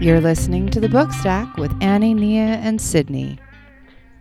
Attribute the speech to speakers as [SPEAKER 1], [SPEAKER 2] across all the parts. [SPEAKER 1] You're listening to the Book Stack with Annie, Nia, and Sydney.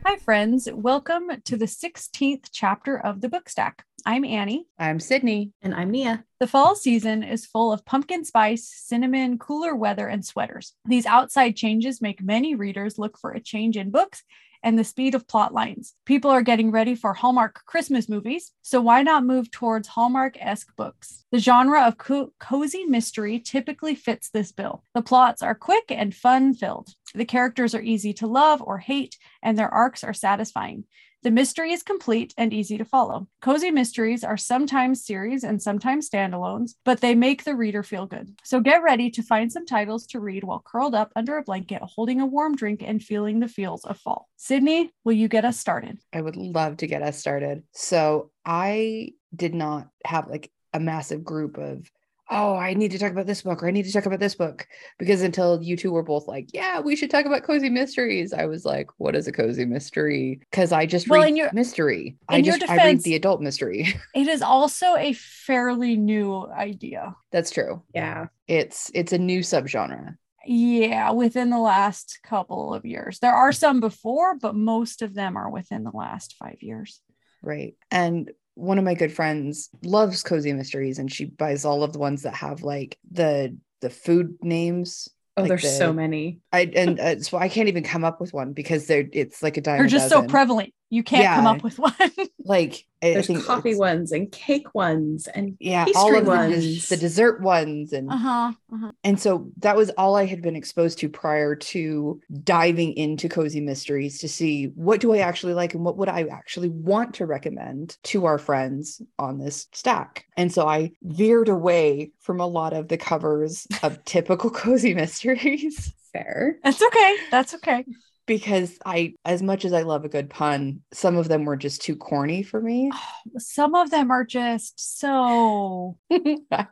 [SPEAKER 2] Hi, friends. Welcome to the 16th chapter of the Book Stack. I'm Annie.
[SPEAKER 3] I'm Sydney.
[SPEAKER 4] And I'm Nia.
[SPEAKER 2] The fall season is full of pumpkin spice, cinnamon, cooler weather, and sweaters. These outside changes make many readers look for a change in books and the speed of plot lines. People are getting ready for Hallmark Christmas movies, so why not move towards Hallmark esque books? The genre of co- cozy mystery typically fits this bill. The plots are quick and fun filled. The characters are easy to love or hate, and their arcs are satisfying. The mystery is complete and easy to follow. Cozy mysteries are sometimes series and sometimes standalones, but they make the reader feel good. So get ready to find some titles to read while curled up under a blanket, holding a warm drink and feeling the feels of fall. Sydney, will you get us started?
[SPEAKER 3] I would love to get us started. So I did not have like a massive group of, oh, I need to talk about this book or I need to talk about this book. Because until you two were both like, yeah, we should talk about cozy mysteries, I was like, what is a cozy mystery? Because I just
[SPEAKER 2] Well,
[SPEAKER 3] read
[SPEAKER 2] in your-
[SPEAKER 3] mystery.
[SPEAKER 2] in
[SPEAKER 3] I
[SPEAKER 2] your
[SPEAKER 3] just I read
[SPEAKER 2] defense-
[SPEAKER 3] the adult mystery.
[SPEAKER 2] It is also a fairly new idea.
[SPEAKER 3] That's true.
[SPEAKER 4] Yeah.
[SPEAKER 3] It's it's a new subgenre.
[SPEAKER 2] Yeah, within the last couple of years. There are some before, but most of them are within the last five years.
[SPEAKER 3] Right. And one of my good friends loves cozy mysteries and she buys all of the ones that have like the the food names.
[SPEAKER 4] Oh,
[SPEAKER 3] Like
[SPEAKER 4] there's
[SPEAKER 3] the-
[SPEAKER 4] so many.
[SPEAKER 3] I and uh, so I can't even come up with one because they're it's like a dime.
[SPEAKER 2] They're
[SPEAKER 3] a
[SPEAKER 2] just so
[SPEAKER 3] dozen.
[SPEAKER 2] prevalent. You can't come
[SPEAKER 3] Yeah. Mm-hmm.
[SPEAKER 2] up with one.
[SPEAKER 3] Like I- I
[SPEAKER 4] There's
[SPEAKER 3] think
[SPEAKER 4] coffee
[SPEAKER 3] it's-
[SPEAKER 4] ones and cake ones and
[SPEAKER 3] Yeah,
[SPEAKER 4] pastry
[SPEAKER 3] all of
[SPEAKER 4] ones.
[SPEAKER 3] The, the dessert ones and
[SPEAKER 2] uh-huh, uh-huh.
[SPEAKER 3] and so that was all I had been exposed to prior to diving into cozy mysteries to see what do I actually like and what would I actually want to recommend to our friends on this stack. And so I veered away from a lot of the covers of typical cozy mysteries.
[SPEAKER 4] fair.
[SPEAKER 2] That's okay. That's okay.
[SPEAKER 3] because I, as much as I love a good pun, some of them were just too corny for me.
[SPEAKER 2] Some of them are just so. they're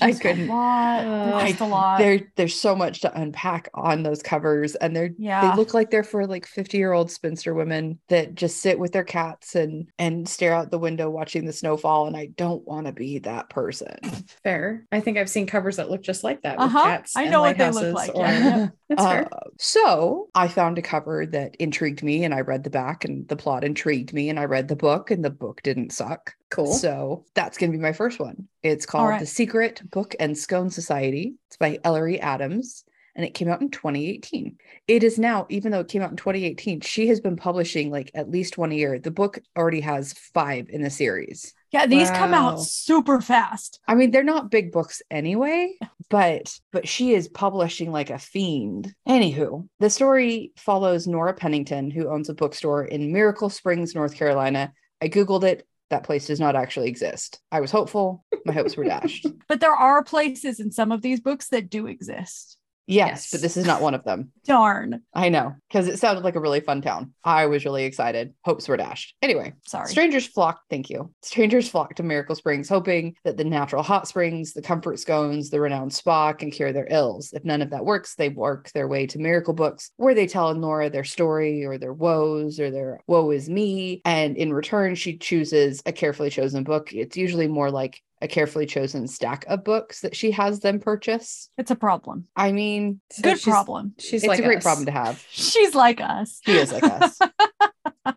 [SPEAKER 3] I
[SPEAKER 2] just
[SPEAKER 3] couldn't-
[SPEAKER 2] A lot. They're
[SPEAKER 4] Uh,
[SPEAKER 2] just a lot.
[SPEAKER 3] There, there's so much to unpack on those covers, and they're
[SPEAKER 2] yeah.
[SPEAKER 4] Ah.
[SPEAKER 3] they look like they're for like 50 year old spinster women that just sit with their cats and and stare out the window watching the snowfall. And I don't want to be that person.
[SPEAKER 4] Fair. I think I've seen covers that look just like that with
[SPEAKER 2] Uh-huh.
[SPEAKER 4] cats.
[SPEAKER 2] I
[SPEAKER 4] and
[SPEAKER 2] know what they look
[SPEAKER 4] lighthouses
[SPEAKER 2] like,
[SPEAKER 4] Or...
[SPEAKER 2] yeah.
[SPEAKER 4] That's fair.
[SPEAKER 3] Uh, so I found a cover that intrigued me, and I read the back, and the plot intrigued me, and I read the book, and the book didn't suck.
[SPEAKER 4] Cool.
[SPEAKER 3] So that's going to be my first one. It's called
[SPEAKER 2] right.
[SPEAKER 3] The Secret Book and Scone Society. It's by Ellery Adams and it came out in 2018. It is now, even though it came out in 2018, she has been publishing like at least one a year. The book already has five in the series.
[SPEAKER 2] yeah. These come out
[SPEAKER 4] Wow.
[SPEAKER 2] super fast.
[SPEAKER 3] I mean, they're not big books anyway, but but she is publishing like a fiend. Anywho, the story follows Nora Pennington, who owns a bookstore in Miracle Springs, North Carolina. I Googled it. That place does not actually exist. I was hopeful. My hopes were dashed.
[SPEAKER 2] But there are places in some of these books that do exist.
[SPEAKER 3] Yes,
[SPEAKER 4] Yes.
[SPEAKER 3] but this is not one of them.
[SPEAKER 2] Darn.
[SPEAKER 3] I know, because it sounded like a really fun town. I was really excited. Hopes were dashed. Anyway,
[SPEAKER 2] Sorry.
[SPEAKER 3] strangers flock. Thank you. Strangers flock to Miracle Springs, hoping that the natural hot springs, the comfort scones, the renowned spa can cure their ills. If none of that works, they work their way to Miracle Books, where they tell Nora their story or their woes or their woe is me. And in return, she chooses a carefully chosen book. It's usually more like a carefully chosen stack of books that she has them purchase.
[SPEAKER 2] It's a problem.
[SPEAKER 3] I mean,
[SPEAKER 4] So
[SPEAKER 2] Good
[SPEAKER 4] she's-
[SPEAKER 2] problem.
[SPEAKER 4] She's
[SPEAKER 3] it's
[SPEAKER 4] like
[SPEAKER 3] a great
[SPEAKER 4] us.
[SPEAKER 3] problem to have.
[SPEAKER 2] She's like us.
[SPEAKER 3] He is like us.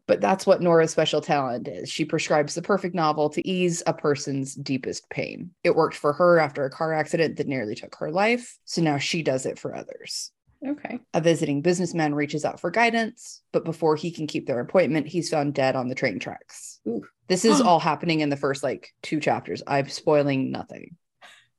[SPEAKER 3] but that's what Nora's special talent is. She prescribes the perfect novel to ease a person's deepest pain. It worked for her after a car accident that nearly took her life. So now she does it for others.
[SPEAKER 4] Okay.
[SPEAKER 3] A visiting businessman reaches out for guidance, but before he can keep their appointment, he's found dead on the train tracks.
[SPEAKER 4] Ooh.
[SPEAKER 3] This is all happening in the first like two chapters. I'm spoiling nothing.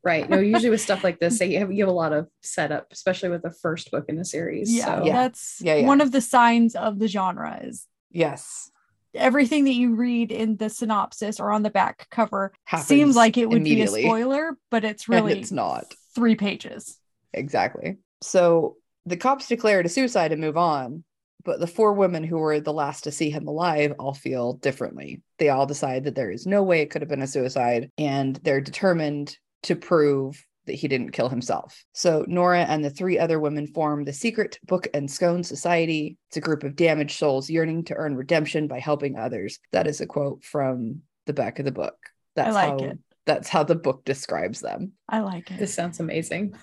[SPEAKER 4] Right. No, usually with stuff like this, they have, you have a lot of setup, especially with the first book in the series.
[SPEAKER 2] Yeah,
[SPEAKER 4] So
[SPEAKER 3] Yeah.
[SPEAKER 2] That's
[SPEAKER 3] Yeah, yeah.
[SPEAKER 2] one of the signs of the genre is
[SPEAKER 3] Yes.
[SPEAKER 2] everything that you read in the synopsis or on the back cover
[SPEAKER 3] Happens
[SPEAKER 2] seems like it would be a
[SPEAKER 3] immediately.
[SPEAKER 2] spoiler, but it's
[SPEAKER 3] And
[SPEAKER 2] really
[SPEAKER 3] it's not.
[SPEAKER 2] three pages.
[SPEAKER 3] Exactly. So the cops declare it a suicide and move on, but the four women who were the last to see him alive all feel differently. They all decide that there is no way it could have been a suicide, and they're determined to prove that he didn't kill himself. So Nora and the three other women form the Secret Book and Scone Society. It's a group of damaged souls yearning to earn redemption by helping others. That is a quote from the back of the book. That's
[SPEAKER 2] like
[SPEAKER 3] how
[SPEAKER 2] it.
[SPEAKER 3] that's how the book describes them.
[SPEAKER 2] I like it.
[SPEAKER 4] this sounds amazing.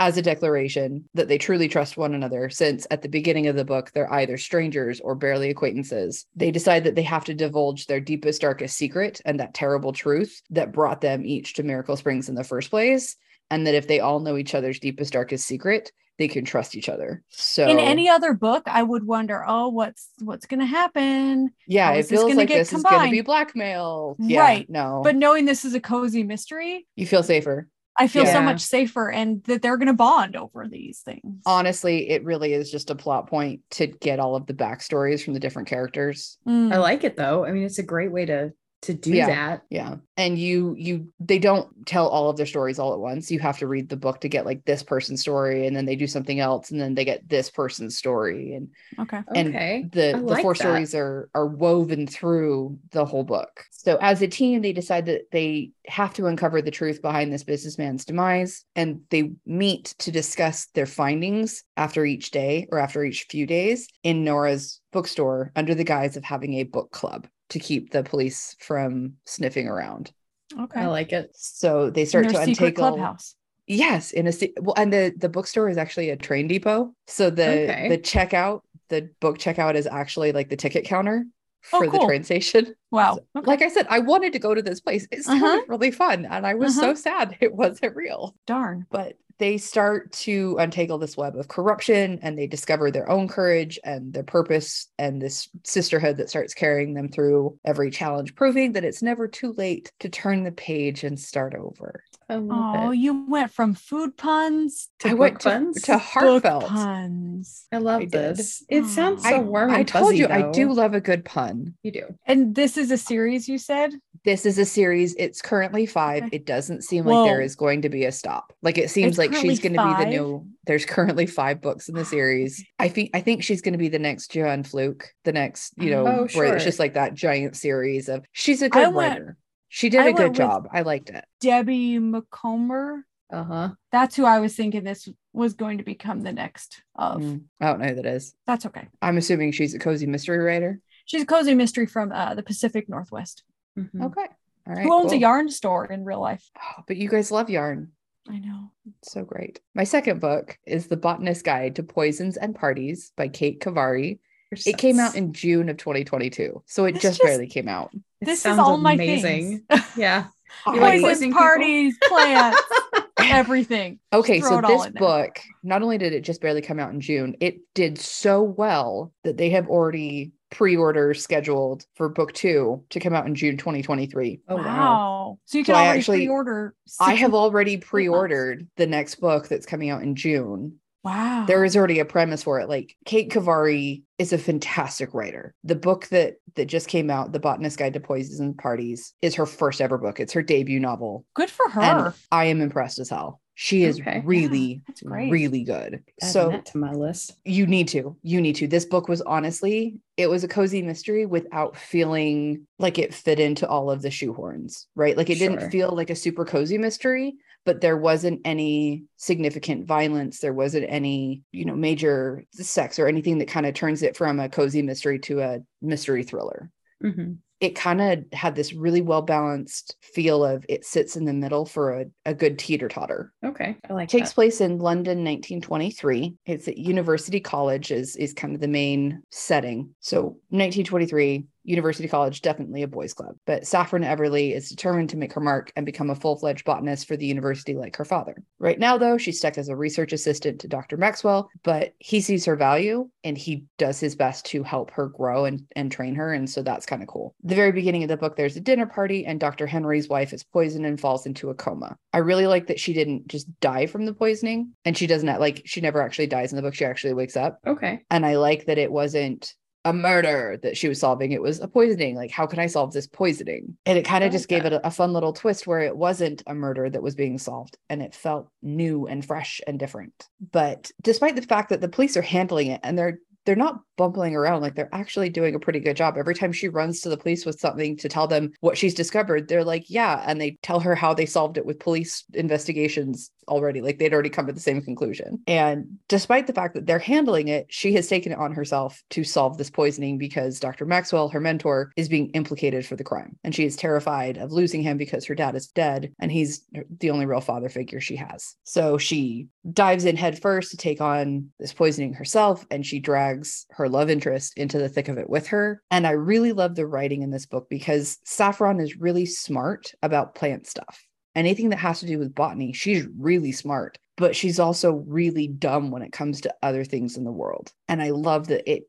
[SPEAKER 3] as a declaration that they truly trust one another, since at the beginning of the book, they're either strangers or barely acquaintances. They decide that they have to divulge their deepest, darkest secret and that terrible truth that brought them each to Miracle Springs in the first place. And that if they all know each other's deepest, darkest secret, they can trust each other. So,
[SPEAKER 2] In any other book, I would wonder, oh, what's what's gonna happen?
[SPEAKER 3] yeah,
[SPEAKER 2] how
[SPEAKER 3] it
[SPEAKER 2] is this
[SPEAKER 3] feels
[SPEAKER 2] gonna
[SPEAKER 3] like
[SPEAKER 2] get
[SPEAKER 3] this is going to be
[SPEAKER 2] combined?
[SPEAKER 3] blackmail. Yeah,
[SPEAKER 2] Right,
[SPEAKER 3] No,
[SPEAKER 2] But knowing this is a cozy mystery,
[SPEAKER 3] you feel safer.
[SPEAKER 2] I feel
[SPEAKER 4] Yeah.
[SPEAKER 2] so much safer and that they're gonna bond over these things.
[SPEAKER 3] Honestly, it really is just a plot point to get all of the backstories from the different characters.
[SPEAKER 2] Mm.
[SPEAKER 4] I like it though. I mean, it's a great way to to do
[SPEAKER 3] Mm-hmm. Yeah.
[SPEAKER 4] that.
[SPEAKER 3] Yeah. And you you they don't tell all of their stories all at once. You have to read the book to get like this person's story and then they do something else and then they get this person's story and
[SPEAKER 2] okay.
[SPEAKER 3] And
[SPEAKER 4] Okay.
[SPEAKER 3] the
[SPEAKER 4] I
[SPEAKER 3] the
[SPEAKER 4] like
[SPEAKER 3] four
[SPEAKER 4] that.
[SPEAKER 3] stories are are woven through the whole book. So as a team, they decide that they have to uncover the truth behind this businessman's demise, and they meet to discuss their findings after each day or after each few days in Nora's bookstore under the guise of having a book club to keep the police from sniffing around.
[SPEAKER 2] Okay.
[SPEAKER 4] I like it.
[SPEAKER 3] So they
[SPEAKER 2] In
[SPEAKER 3] start
[SPEAKER 2] their
[SPEAKER 3] to
[SPEAKER 2] secret
[SPEAKER 3] untangle.
[SPEAKER 2] clubhouse.
[SPEAKER 3] Yes, in a se- well, and the the bookstore is actually a train depot. So the
[SPEAKER 4] Okay.
[SPEAKER 3] the checkout, the book checkout is actually like the ticket counter
[SPEAKER 2] Oh,
[SPEAKER 3] for the
[SPEAKER 2] cool.
[SPEAKER 3] train station.
[SPEAKER 2] Wow.
[SPEAKER 3] So, Like I said, I wanted to go to this place. It sounded
[SPEAKER 2] Uh-huh.
[SPEAKER 3] really fun, and I was so sad it wasn't real.
[SPEAKER 2] Darn.
[SPEAKER 3] But they start to untangle this web of corruption, and they discover their own courage and their purpose, and this sisterhood that starts carrying them through every challenge, proving that it's never too late to turn the page and start over.
[SPEAKER 4] I love
[SPEAKER 2] Oh,
[SPEAKER 4] it.
[SPEAKER 2] you went from food puns to
[SPEAKER 3] I
[SPEAKER 4] book
[SPEAKER 3] went to,
[SPEAKER 4] puns?
[SPEAKER 3] to
[SPEAKER 4] Book
[SPEAKER 2] book
[SPEAKER 3] heartfelt.
[SPEAKER 2] puns.
[SPEAKER 4] I
[SPEAKER 3] I
[SPEAKER 4] love
[SPEAKER 3] did.
[SPEAKER 4] this. It sounds
[SPEAKER 2] Aw.
[SPEAKER 4] so warm.
[SPEAKER 3] I
[SPEAKER 4] and
[SPEAKER 3] told
[SPEAKER 4] fuzzy,
[SPEAKER 3] you I
[SPEAKER 4] though.
[SPEAKER 3] do love a good pun.
[SPEAKER 4] You do.
[SPEAKER 2] And this is a series you said?
[SPEAKER 3] This is a series. It's currently five.
[SPEAKER 2] Okay.
[SPEAKER 3] It doesn't seem like there
[SPEAKER 2] Whoa.
[SPEAKER 3] is going to be a stop. Like it seems
[SPEAKER 2] It's
[SPEAKER 3] like she's going
[SPEAKER 2] currently
[SPEAKER 3] to be the
[SPEAKER 2] five? Oh,
[SPEAKER 3] new. There's currently five books in the
[SPEAKER 2] Wow,
[SPEAKER 3] series. I think I think she's going to be the next Joanne Fluke. The next, you know,
[SPEAKER 4] Oh,
[SPEAKER 3] where
[SPEAKER 4] sure.
[SPEAKER 3] it's just like that giant series of. She's a good
[SPEAKER 2] went-
[SPEAKER 3] writer. She did
[SPEAKER 2] I
[SPEAKER 3] a good
[SPEAKER 2] went with-
[SPEAKER 3] job. I liked it.
[SPEAKER 2] Debbie McComber.
[SPEAKER 4] Uh huh.
[SPEAKER 2] That's who I was thinking this was going to become the next of.
[SPEAKER 3] Mm, I don't know who that is.
[SPEAKER 2] That's okay.
[SPEAKER 3] I'm assuming she's a cozy mystery writer.
[SPEAKER 2] She's a cozy mystery from uh, the Pacific Northwest
[SPEAKER 4] Mhm.
[SPEAKER 3] Okay. All right.
[SPEAKER 2] Hmm. who owns
[SPEAKER 3] cool.
[SPEAKER 2] a yarn store in real life.
[SPEAKER 3] Oh, but you guys love yarn.
[SPEAKER 2] I know.
[SPEAKER 3] So great. My second book is The Botanist's Guide to Poisons and Parties by Kate Kavari. It came out in June of 2022. So it
[SPEAKER 2] This
[SPEAKER 3] just
[SPEAKER 2] just-
[SPEAKER 3] barely came out.
[SPEAKER 4] It
[SPEAKER 2] this is
[SPEAKER 4] sounds
[SPEAKER 2] all my
[SPEAKER 4] amazing.
[SPEAKER 2] things.
[SPEAKER 4] Yeah. You like
[SPEAKER 2] Poisons,
[SPEAKER 4] poisoning people?
[SPEAKER 2] parties, plants, everything.
[SPEAKER 3] Okay,
[SPEAKER 2] Throw
[SPEAKER 3] so
[SPEAKER 2] it all
[SPEAKER 3] this
[SPEAKER 2] in there.
[SPEAKER 3] book, not only did it just barely come out in June, it did so well that they have already pre-order scheduled for book 2 to come out in June 2023.
[SPEAKER 4] Oh wow.
[SPEAKER 2] So you can
[SPEAKER 3] So I
[SPEAKER 2] already
[SPEAKER 3] actually-
[SPEAKER 2] pre-order.
[SPEAKER 3] I
[SPEAKER 2] six-
[SPEAKER 3] have already pre-ordered the next book that's coming out in June.
[SPEAKER 2] Wow.
[SPEAKER 3] there is already a premise for it. Like Kate Kavari is a fantastic writer. The book that that just came out, The Botanist Guide to Poisons and Parties, is her first ever book. It's her debut novel.
[SPEAKER 2] good for her.
[SPEAKER 3] And I am impressed as hell. She is
[SPEAKER 4] Okay. Yeah,
[SPEAKER 3] really,
[SPEAKER 2] Ah. that's great.
[SPEAKER 3] really good.
[SPEAKER 4] Adding
[SPEAKER 3] so
[SPEAKER 4] that to my list.
[SPEAKER 3] you need to. You need to. This book was honestly, it was a cozy mystery without feeling like it fit into all of the shoehorns, right? Like it
[SPEAKER 4] Sure.
[SPEAKER 3] didn't feel like a super cozy mystery, but there wasn't any significant violence. There wasn't any, you know, major sex or anything that kind of turns it from a cozy mystery to a mystery thriller
[SPEAKER 4] Mhm.
[SPEAKER 2] Mm-hmm.
[SPEAKER 3] it kind of had this really well balanced feel of it sits in the middle for a, a good teeter totter.
[SPEAKER 4] Okay. I like
[SPEAKER 3] It takes
[SPEAKER 4] that.
[SPEAKER 3] place in London, 1923. It's at University College is is kind of the main setting. So 1923, University College, definitely a boys' club. But Saffron Everly is determined to make her mark and become a full-fledged botanist for the university like her father. Right now, though, she's stuck as a research assistant to Dr. Maxwell, but he sees her value and he does his best to help her grow and, and train her. And so that's kind of cool. The very beginning of the book, there's a dinner party, and Dr. Henry's wife is poisoned and falls into a coma. I really like that she didn't just die from the poisoning and she doesn't like she never actually dies in the book. She actually wakes up.
[SPEAKER 4] Okay.
[SPEAKER 3] And I like that it wasn't a murder that she was solving. It was a poisoning. Like, how can I solve this poisoning? And it kind
[SPEAKER 4] I
[SPEAKER 3] of
[SPEAKER 4] like
[SPEAKER 3] just gave
[SPEAKER 4] that.
[SPEAKER 3] it a, a fun little twist where it wasn't a murder that was being solved and it felt new and fresh and different. But despite the fact that the police are handling it and they're they're not bumbling around. Like they're actually doing a pretty good job. Every time she runs to the police with something to tell them what she's discovered, they're like, yeah. And they tell her how they solved it with police investigations already. Like they'd already come to the same conclusion. And despite the fact that they're handling it, she has taken it on herself to solve this poisoning because Dr. Maxwell, her mentor, is being implicated for the crime. And she is terrified of losing him because her dad is dead and he's the only real father figure she has. So she dives in headfirst to take on this poisoning herself and she drags her love interest into the thick of it with her. And I really love the writing in this book because Saffron is really smart about plant stuff anything that has to do with botany, she's really smart, but she's also really dumb when it comes to other things in the world. And I love that it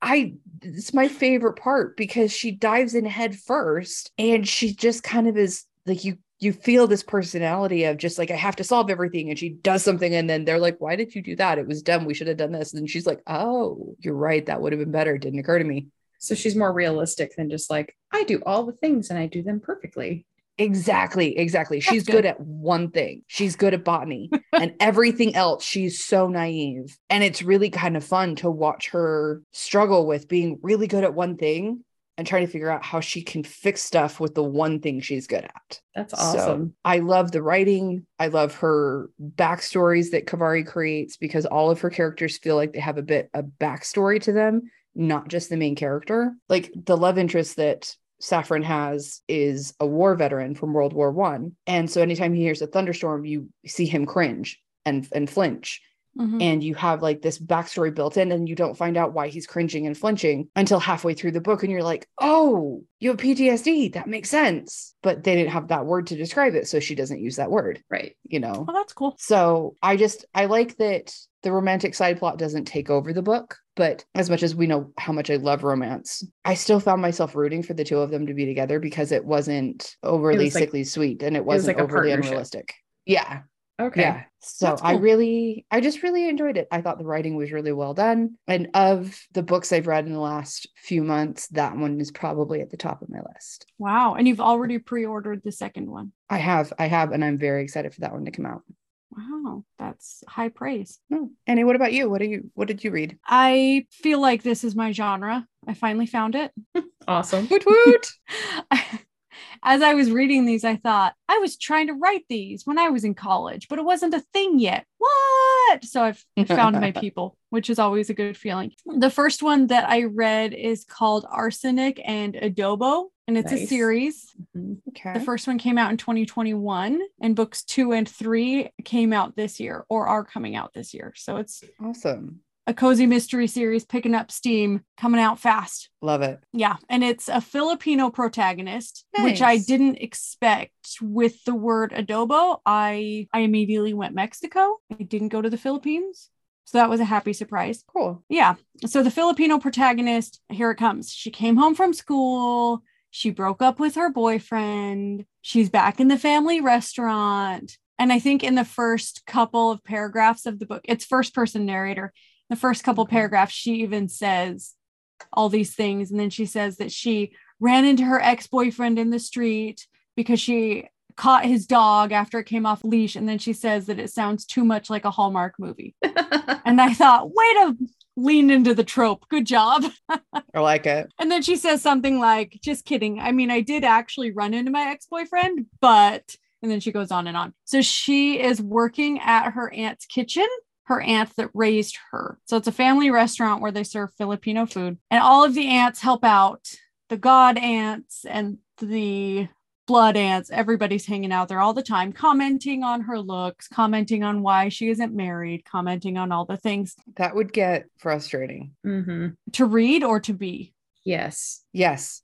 [SPEAKER 3] I it's my favorite part because she dives in head first and she just kind of is like you you feel this personality of just like I have to solve everything and she does something and then they're like why did you do that it was dumb we should have done this and she's like oh you're right that would have been better it didn't occur to me
[SPEAKER 4] So she's more realistic than just like, I do all the things and I do them perfectly.
[SPEAKER 3] Exactly, exactly.
[SPEAKER 2] That's
[SPEAKER 3] she's
[SPEAKER 2] good.
[SPEAKER 3] good. at one thing. She's good at botany and everything else. She's so naive. And it's really kind of fun to watch her struggle with being really good at one thing and trying to figure out how she can fix stuff with the one thing she's good at.
[SPEAKER 4] That's
[SPEAKER 3] So-
[SPEAKER 4] awesome.
[SPEAKER 3] I love the writing. I love her backstories that Kavari creates because all of her characters feel like they have a bit of backstory to them, not just the main character. Like the love interest that Saffron has is a war veteran from World War One. And so anytime he hears a thunderstorm, you see him cringe and and flinch
[SPEAKER 4] Mm-hmm.
[SPEAKER 2] Mhm.
[SPEAKER 3] and you have like this backstory built in and you don't find out why he's cringing and flinching until halfway through the book and you're like oh you have ptsd that makes sense but they didn't have that word to describe it so she doesn't use that word
[SPEAKER 4] Right.
[SPEAKER 3] you know
[SPEAKER 2] Oh, that's cool.
[SPEAKER 3] so i just i like that the romantic side plot doesn't take over the book but as much as we know how much i love romance i still found myself rooting for the two of them to be together because it wasn't overly
[SPEAKER 4] like-
[SPEAKER 3] sickly sweet and it wasn't
[SPEAKER 4] like a
[SPEAKER 3] overly
[SPEAKER 4] partnership.
[SPEAKER 3] unrealistic yeah
[SPEAKER 4] Okay.
[SPEAKER 3] yeah. So
[SPEAKER 2] That's
[SPEAKER 3] I
[SPEAKER 2] cool.
[SPEAKER 3] really, I just really enjoyed it. I thought the writing was really well done. And of the books I've read in the last few months, that one is probably at the top of my list.
[SPEAKER 2] Wow. And you've already pre ordered the second one.
[SPEAKER 3] I have, I have, and I'm very excited for that one to come out.
[SPEAKER 2] Wow. That's high praise.
[SPEAKER 3] No. Annie, what about you? What do you, what did you read?
[SPEAKER 2] I feel like this is my genre. I finally found it.
[SPEAKER 4] Awesome.
[SPEAKER 3] Woot woot.
[SPEAKER 2] As I was reading these, I thought I was trying to write these when I was in college, but it wasn't a thing yet. What? So I've found my people, which is always a good feeling. The first one that I read is called Arsenic and Adobo, and it's a
[SPEAKER 4] Nice.
[SPEAKER 2] series.
[SPEAKER 4] Mhm.
[SPEAKER 3] okay.
[SPEAKER 2] The first one came out in 2021, and books two and three came out this year or are coming out this year. So it's
[SPEAKER 3] awesome.
[SPEAKER 2] a cozy mystery series picking up steam, coming out fast.
[SPEAKER 3] Love it.
[SPEAKER 2] Yeah, and it's a Filipino protagonist, which I
[SPEAKER 3] Nice.
[SPEAKER 2] didn't expect with the word adobo. I I immediately went Mexico. I didn't go to the Philippines. So that was a happy surprise.
[SPEAKER 3] Cool.
[SPEAKER 2] Yeah. So the Filipino protagonist, here it comes. She came home from school. She broke up with her boyfriend. She's back in the family restaurant. And I think in the first couple of paragraphs of the book, it's first person narrator. The first couple
[SPEAKER 3] Okay.
[SPEAKER 2] paragraphs, she even says all these things. And then she says that she ran into her ex boyfriend in the street because she caught his dog after it came off leash. And then she says that it sounds too much like a Hallmark movie.
[SPEAKER 4] Mm-hmm.
[SPEAKER 2] And I thought, way to lean into the trope. Good job.
[SPEAKER 3] I like it.
[SPEAKER 2] And then she says something like, just kidding. I mean, I did actually run into my ex boyfriend, but. And then she goes on and on. So she is working at her aunt's kitchen, her aunt that raised her. So it's a family restaurant where they serve Filipino food. And all of the aunts help out the god ants and the blood ants. Everybody's hanging out there all the time, commenting on her looks, commenting on why she isn't married, commenting on all the things
[SPEAKER 3] That would get frustrating.
[SPEAKER 4] hmm
[SPEAKER 2] to read or to be.
[SPEAKER 4] Yes.
[SPEAKER 3] Yes.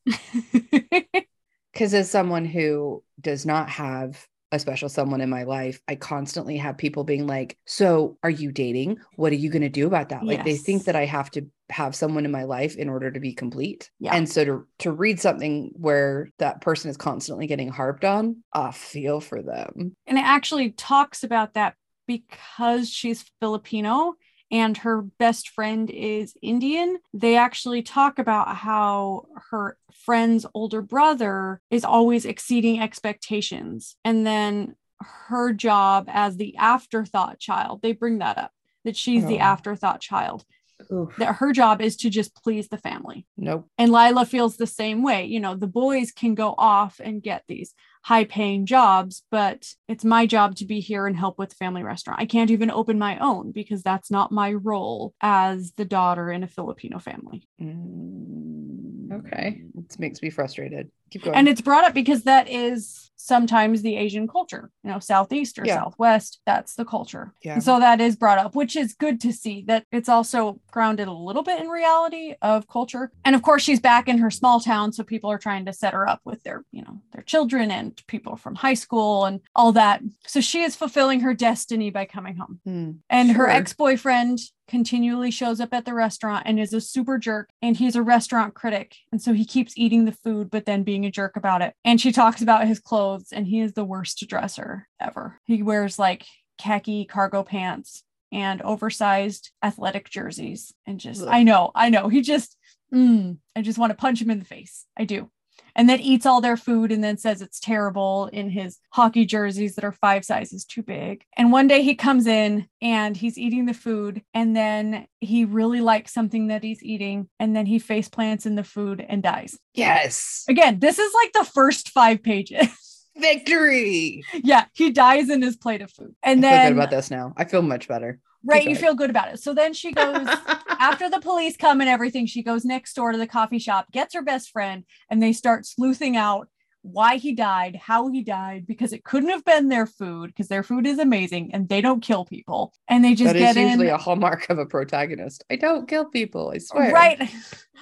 [SPEAKER 3] Because as someone who does not have a special someone in my life, I constantly have people being like, So are you dating? What are you going to do about that? Like they think
[SPEAKER 2] Yes.
[SPEAKER 3] that I have to have someone in my life in order to be complete.
[SPEAKER 2] Yeah.
[SPEAKER 3] And so to, to read something where that person is constantly getting harped on, I feel for them.
[SPEAKER 2] and it actually talks about that because she's Filipino and her best friend is Indian. They actually talk about how her friend's older brother is always exceeding expectations. And then her job as the afterthought child, they bring that up that she's the
[SPEAKER 3] Oh.
[SPEAKER 2] afterthought child.
[SPEAKER 4] Oof.
[SPEAKER 2] that her job is to just please the family.
[SPEAKER 3] Nope.
[SPEAKER 2] And Lila feels the same way. You know, the boys can go off and get these high paying jobs, but it's my job to be here and help with the family restaurant. I can't even open my own because that's not my role as the daughter in a Filipino family.
[SPEAKER 3] Mm.
[SPEAKER 4] Okay.
[SPEAKER 3] This makes me frustrated. Keep going.
[SPEAKER 2] And it's brought up because that is sometimes the Asian culture, you know, Southeast or
[SPEAKER 3] Yeah.
[SPEAKER 2] Southwest, that's the culture.
[SPEAKER 3] yeah.
[SPEAKER 2] And So that is brought up, which is good to see that it's also grounded a little bit in reality of culture. And of course, she's back in her small town. So people are trying to set her up with their, you know, their children and people from high school and all that. So she is fulfilling her destiny by coming home.
[SPEAKER 3] Hmm.
[SPEAKER 2] And her
[SPEAKER 4] Sure.
[SPEAKER 2] ex boyfriend continually shows up at the restaurant and is a super jerk. And he's a restaurant critic. And so he keeps eating the food, but then being a jerk about it. And she talks about his clothes, and he is the worst dresser ever. He wears like khaki cargo pants and oversized athletic jerseys. And just,
[SPEAKER 3] Ugh.
[SPEAKER 2] I know, I know. He just, mm, I just want to punch him in the face. I do. And then eats all their food and then says it's terrible in his hockey jerseys that are five sizes too big. And one day he comes in and he's eating the food and then he really likes something that he's eating and then he face plants in the food and dies.
[SPEAKER 3] Yes.
[SPEAKER 2] Again, this is like the first five pages.
[SPEAKER 3] Victory.
[SPEAKER 2] yeah, he dies in his plate of food. And
[SPEAKER 3] I feel
[SPEAKER 2] then
[SPEAKER 3] good about this now. I feel much better.
[SPEAKER 2] right, you
[SPEAKER 3] going.
[SPEAKER 2] feel good about it. So then she goes after the police come and everything, she goes next door to the coffee shop, gets her best friend, and they start sleuthing out why he died, how he died, because it couldn't have been their food, because their food is amazing and they don't kill people. And they just
[SPEAKER 3] that is
[SPEAKER 2] get in
[SPEAKER 3] usually a hallmark of a protagonist. I don't kill people. I swear.
[SPEAKER 2] Right.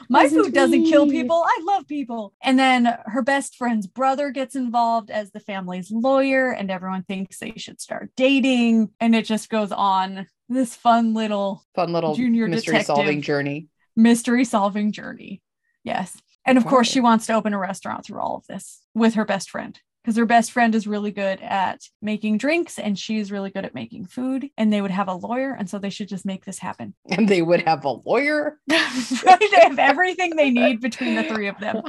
[SPEAKER 2] My
[SPEAKER 4] Wasn't
[SPEAKER 2] food doesn't kill
[SPEAKER 4] me.
[SPEAKER 2] people. I love people. And then her best friend's brother gets involved as the family's lawyer, and everyone thinks they should start dating. And it just goes on this fun little
[SPEAKER 3] Fun little
[SPEAKER 2] Junior
[SPEAKER 3] mystery solving
[SPEAKER 2] detective.
[SPEAKER 3] journey.
[SPEAKER 2] mystery solving journey. Yes. And of course,
[SPEAKER 3] Okay.
[SPEAKER 2] she wants to open a restaurant through all of this with her best friend because her best friend is really good at making drinks and she's really good at making food. And they would have a lawyer. And so they should just make this happen.
[SPEAKER 3] And they would have a lawyer.
[SPEAKER 2] Right? they have everything they need between the three of them.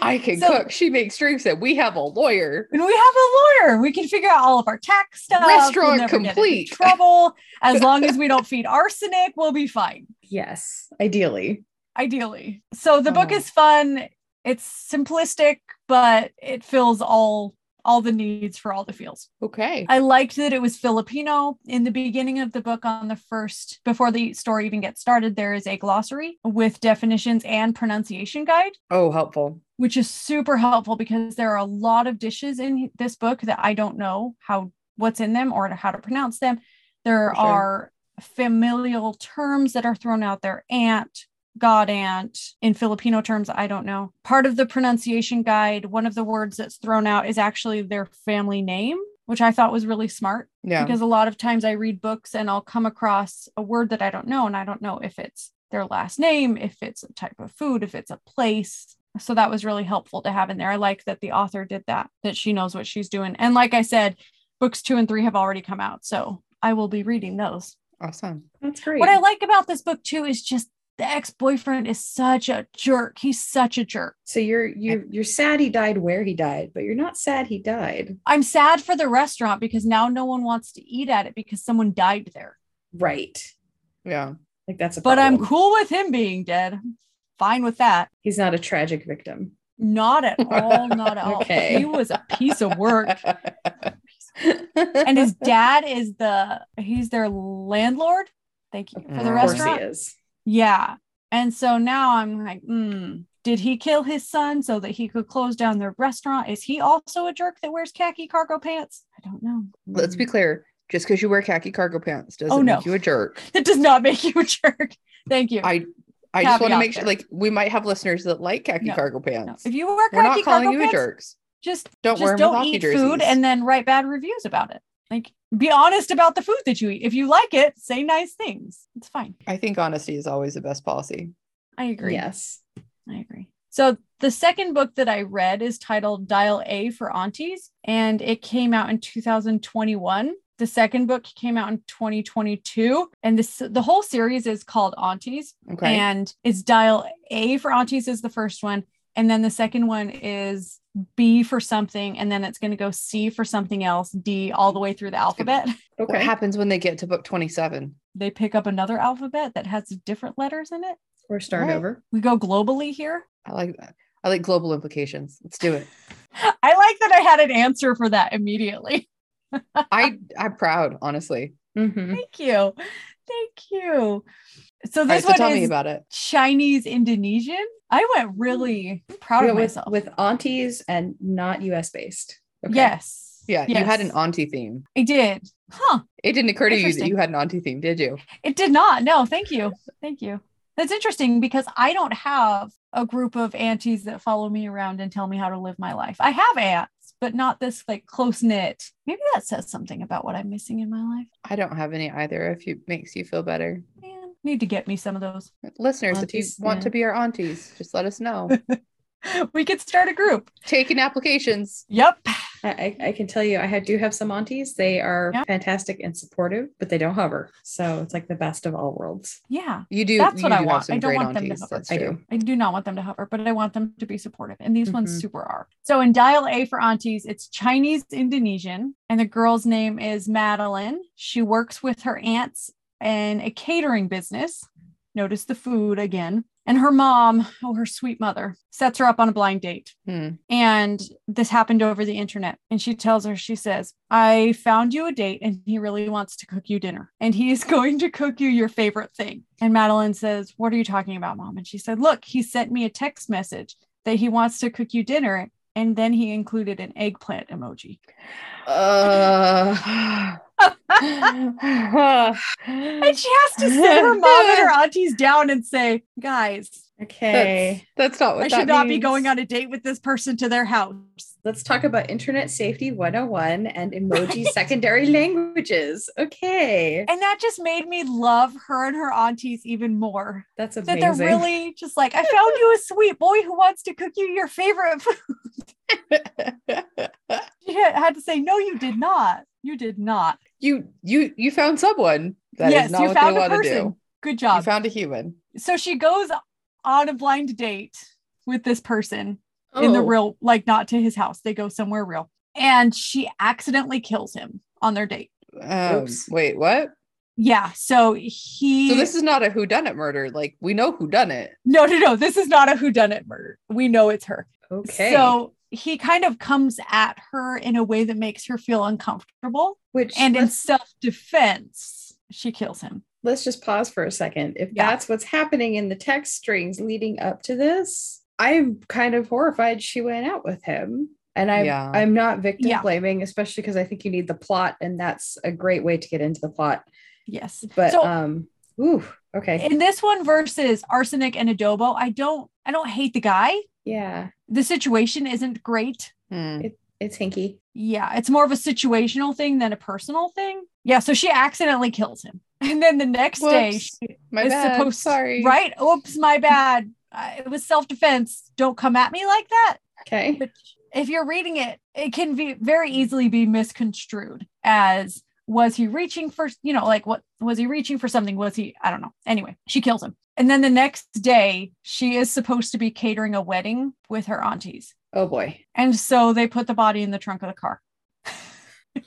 [SPEAKER 3] I can
[SPEAKER 2] So-
[SPEAKER 3] cook. She makes drinks, and we have a lawyer.
[SPEAKER 2] And we have a lawyer. We can figure out all of our tax stuff. We'll
[SPEAKER 3] Restaurant
[SPEAKER 2] never get into
[SPEAKER 3] complete.
[SPEAKER 2] Trouble. As long as we don't feed arsenic, we'll be fine.
[SPEAKER 4] yes, ideally.
[SPEAKER 2] ideally. So the book
[SPEAKER 3] Oh.
[SPEAKER 2] is fun. It's simplistic, but it fills all all the needs for all the fields.
[SPEAKER 3] Okay.
[SPEAKER 2] I liked that it was Filipino. In the beginning of the book on the first before the story even gets started, there is a glossary with definitions and pronunciation guide
[SPEAKER 3] oh, helpful.
[SPEAKER 2] which is super helpful because there are a lot of dishes in this book that I don't know how what's in them or how to pronounce them. There
[SPEAKER 3] For sure.
[SPEAKER 2] are familial terms that are thrown out there aunt, god aunt in Filipino terms I don't know. Part of the pronunciation guide, one of the words that's thrown out is actually their family name, which I thought was really smart
[SPEAKER 3] Yeah.
[SPEAKER 2] because a lot of times I read books and I'll come across a word that I don't know, and I don't know if it's their last name, if it's a type of food, if it's a place. So that was really helpful to have in there. I like that the author did that, that she knows what she's doing. And like I said, books two and three have already come out. So I will be reading those.
[SPEAKER 3] awesome.
[SPEAKER 4] That's great.
[SPEAKER 2] What I like about this book too is just the ex boyfriend is such a jerk. He's such a jerk.
[SPEAKER 4] so you're you you're sad he died where he died, but you're not sad he died.
[SPEAKER 2] I'm sad for the restaurant because now no one wants to eat at it because someone died there.
[SPEAKER 4] Right.
[SPEAKER 3] Yeah.
[SPEAKER 4] Like that's a
[SPEAKER 2] but I'm
[SPEAKER 4] problem.
[SPEAKER 2] cool with him being dead. I'm Fine with that.
[SPEAKER 4] He's not a tragic victim.
[SPEAKER 2] Not at all. Not at all.
[SPEAKER 4] Okay.
[SPEAKER 2] He was a piece of work. And his dad is the he's their landlord. Thank you for the
[SPEAKER 3] Mm, Of
[SPEAKER 4] Of course
[SPEAKER 2] restaurant.
[SPEAKER 4] he is.
[SPEAKER 2] Yeah. And so now I'm like, hmm, did he kill his son so that he could close down the restaurant? Is he also a jerk that wears khaki cargo pants? I don't know.
[SPEAKER 3] Let's be clear. Just because you wear khaki cargo pants doesn't
[SPEAKER 2] Oh, no.
[SPEAKER 3] make you a jerk.
[SPEAKER 2] That does not make you a jerk. Thank you.
[SPEAKER 3] I I just want to
[SPEAKER 2] Caveat
[SPEAKER 3] make sure,
[SPEAKER 2] there.
[SPEAKER 3] like, we might have listeners that like khaki
[SPEAKER 2] No,
[SPEAKER 3] cargo
[SPEAKER 2] No.
[SPEAKER 3] pants.
[SPEAKER 2] If you wear
[SPEAKER 3] We're
[SPEAKER 2] khaki
[SPEAKER 3] not calling
[SPEAKER 2] cargo
[SPEAKER 3] you
[SPEAKER 2] pants,
[SPEAKER 3] a jerks.
[SPEAKER 2] just
[SPEAKER 3] Don't wear them with
[SPEAKER 2] just don't
[SPEAKER 3] hockey
[SPEAKER 2] eat
[SPEAKER 3] jerseys.
[SPEAKER 2] food and then write bad reviews about it. Like, be honest about the food that you eat. If you like it, say nice things. It's fine.
[SPEAKER 3] I think honesty is always the best policy.
[SPEAKER 2] I agree.
[SPEAKER 4] Mm-hmm. Yes.
[SPEAKER 2] I agree. So the second book that I read is titled Dial A for Aunties, and it came out in 2021. The second book came out in 2022, and this the whole series is called Aunties,
[SPEAKER 3] Okay.
[SPEAKER 2] and it's Dial A for Aunties is the first one, And then the second one is B for something, and then it's going to go C for something else, D all the way through the alphabet.
[SPEAKER 3] What
[SPEAKER 4] Okay.
[SPEAKER 3] happens when they get to book 27?
[SPEAKER 2] They pick up another alphabet that has different letters in it.
[SPEAKER 4] or start
[SPEAKER 3] What?
[SPEAKER 4] over.
[SPEAKER 2] We go globally here.
[SPEAKER 3] I like that. I like global implications. Let's do it.
[SPEAKER 2] I like that I had an answer for that immediately.
[SPEAKER 3] I I'm proud, honestly.
[SPEAKER 4] Mm-hmm.
[SPEAKER 2] Thank you. Thank you. So
[SPEAKER 3] All right,
[SPEAKER 2] this
[SPEAKER 3] so tell
[SPEAKER 2] one
[SPEAKER 3] me
[SPEAKER 2] is
[SPEAKER 3] about it.
[SPEAKER 2] Chinese Indonesian. I went really
[SPEAKER 3] Mm-hmm.
[SPEAKER 2] I'm proud of
[SPEAKER 4] with,
[SPEAKER 2] myself.
[SPEAKER 4] with aunties and not US based.
[SPEAKER 2] Yes.
[SPEAKER 3] Yeah, you had an
[SPEAKER 2] Yes.
[SPEAKER 3] auntie theme.
[SPEAKER 2] I did. Huh.
[SPEAKER 3] It didn't occur to you that
[SPEAKER 2] Interesting.
[SPEAKER 3] you had an auntie theme, did you?
[SPEAKER 2] It did not. No, thank you. Thank you. That's interesting because I don't have a group of aunties that follow me around and tell me how to live my life. I have aunts, but not this like close knit. Maybe that says something about what I'm missing in my life.
[SPEAKER 3] I don't have any either. If it makes you feel better,
[SPEAKER 2] Man, need to get me some of those.
[SPEAKER 3] listeners,
[SPEAKER 4] Aunties,
[SPEAKER 3] if you want
[SPEAKER 4] yeah.
[SPEAKER 3] to be our aunties, just let us know.
[SPEAKER 2] We could start a group.
[SPEAKER 3] Taking applications.
[SPEAKER 2] Yep.
[SPEAKER 4] I, I I can tell you, I had, do have some aunties. They are
[SPEAKER 2] Yeah.
[SPEAKER 4] fantastic and supportive, but they don't hover. So it's like the best of all worlds.
[SPEAKER 2] Yeah.
[SPEAKER 3] You do.
[SPEAKER 2] That's what
[SPEAKER 3] you
[SPEAKER 2] I
[SPEAKER 3] do have
[SPEAKER 2] want.
[SPEAKER 3] some
[SPEAKER 2] I don't
[SPEAKER 3] great
[SPEAKER 2] want them to
[SPEAKER 3] aunties,
[SPEAKER 2] hover.
[SPEAKER 3] that's
[SPEAKER 4] I
[SPEAKER 3] true.
[SPEAKER 4] do.
[SPEAKER 2] I do not want them to hover, but I want them to be supportive. And these ones
[SPEAKER 4] Mhm.
[SPEAKER 2] super are. So in Dial A for Aunties, it's Chinese Indonesian, and the girl's name is Madeline. She works with her aunts in a catering business. Notice the food again. And her mom, oh, her sweet mother, sets her up on a blind date.
[SPEAKER 3] Hmm.
[SPEAKER 2] And this happened over the internet. And she tells her, she says, I found you a date and he really wants to cook you dinner and he is going to cook you your favorite thing. And Madeline says, What are you talking about, mom? And she said, Look, he sent me a text message that he wants to cook you dinner. And then he included an eggplant emoji.
[SPEAKER 3] Uh,
[SPEAKER 2] And she has to sit her mom and her aunties down and say, Guys,
[SPEAKER 4] Okay.
[SPEAKER 3] that's, that's not what
[SPEAKER 2] I
[SPEAKER 3] that
[SPEAKER 2] should not be
[SPEAKER 3] means.
[SPEAKER 2] going on a date with this person to their house.
[SPEAKER 4] Let's talk about internet safety 101 and emoji secondary languages. Okay.
[SPEAKER 2] And that just made me love her and her aunties even more.
[SPEAKER 4] That's
[SPEAKER 2] that
[SPEAKER 4] amazing.
[SPEAKER 2] they're really just like, I found you a sweet boy who wants to cook you your favorite food. She had had to say, No, you did not. You did not.
[SPEAKER 3] you you you found someone. That is
[SPEAKER 2] Yes,
[SPEAKER 3] not
[SPEAKER 2] you
[SPEAKER 3] what
[SPEAKER 2] found a
[SPEAKER 3] they want to
[SPEAKER 2] person. Um,
[SPEAKER 3] do.
[SPEAKER 2] Good
[SPEAKER 3] You
[SPEAKER 2] job.
[SPEAKER 3] found a human.
[SPEAKER 2] so she goes on a blind date with this person in the
[SPEAKER 4] Oh,
[SPEAKER 2] real, like not to his house. They go somewhere real. And she accidentally kills him on their date.
[SPEAKER 3] Um,
[SPEAKER 4] Oops.
[SPEAKER 3] wait, what?
[SPEAKER 2] Yeah. So he
[SPEAKER 3] So this is not a whodunit murder. Like we know who done it.
[SPEAKER 2] no no no. This is not a whodunit murder. We know it's her.
[SPEAKER 4] Okay.
[SPEAKER 2] So he kind of comes at her in a way that makes her feel uncomfortable.
[SPEAKER 4] which
[SPEAKER 2] and in
[SPEAKER 4] let's,
[SPEAKER 2] self defense, she kills him.
[SPEAKER 4] let's just pause for a second. If
[SPEAKER 2] Yeah.
[SPEAKER 4] that's what's happening in the text strings leading up to this, I'm kind of horrified she went out with him. And I'm
[SPEAKER 3] Yeah.
[SPEAKER 4] I'm not victim
[SPEAKER 2] Yeah.
[SPEAKER 4] blaming, especially because I think you need the plot, and that's a great way to get into the plot.
[SPEAKER 2] Yes.
[SPEAKER 4] But
[SPEAKER 2] so
[SPEAKER 4] um, ooh, okay.
[SPEAKER 2] in this one versus arsenic and adobo, I don't I don't hate the guy.
[SPEAKER 4] yeah,
[SPEAKER 2] The situation isn't great.
[SPEAKER 3] Hmm.
[SPEAKER 4] it's hinky.
[SPEAKER 2] Yeah, it's more of a situational thing than a personal thing. Yeah, so she accidentally kills him. And then the next day,
[SPEAKER 3] Whoops.
[SPEAKER 2] she
[SPEAKER 3] My
[SPEAKER 2] is
[SPEAKER 3] bad.
[SPEAKER 2] supposed
[SPEAKER 3] Sorry.
[SPEAKER 2] right? Oops, my bad. Uh, it was self defense. Don't come at me like that.
[SPEAKER 4] Okay.
[SPEAKER 2] But if you're reading it, it can be very easily be misconstrued as was he reaching for, you know, like what was he reaching for something? Was he, I don't know. Anyway, she kills him. And then the next day, she is supposed to be catering a wedding with her aunties.
[SPEAKER 4] Oh boy.
[SPEAKER 2] And so they put the body in the trunk of the car.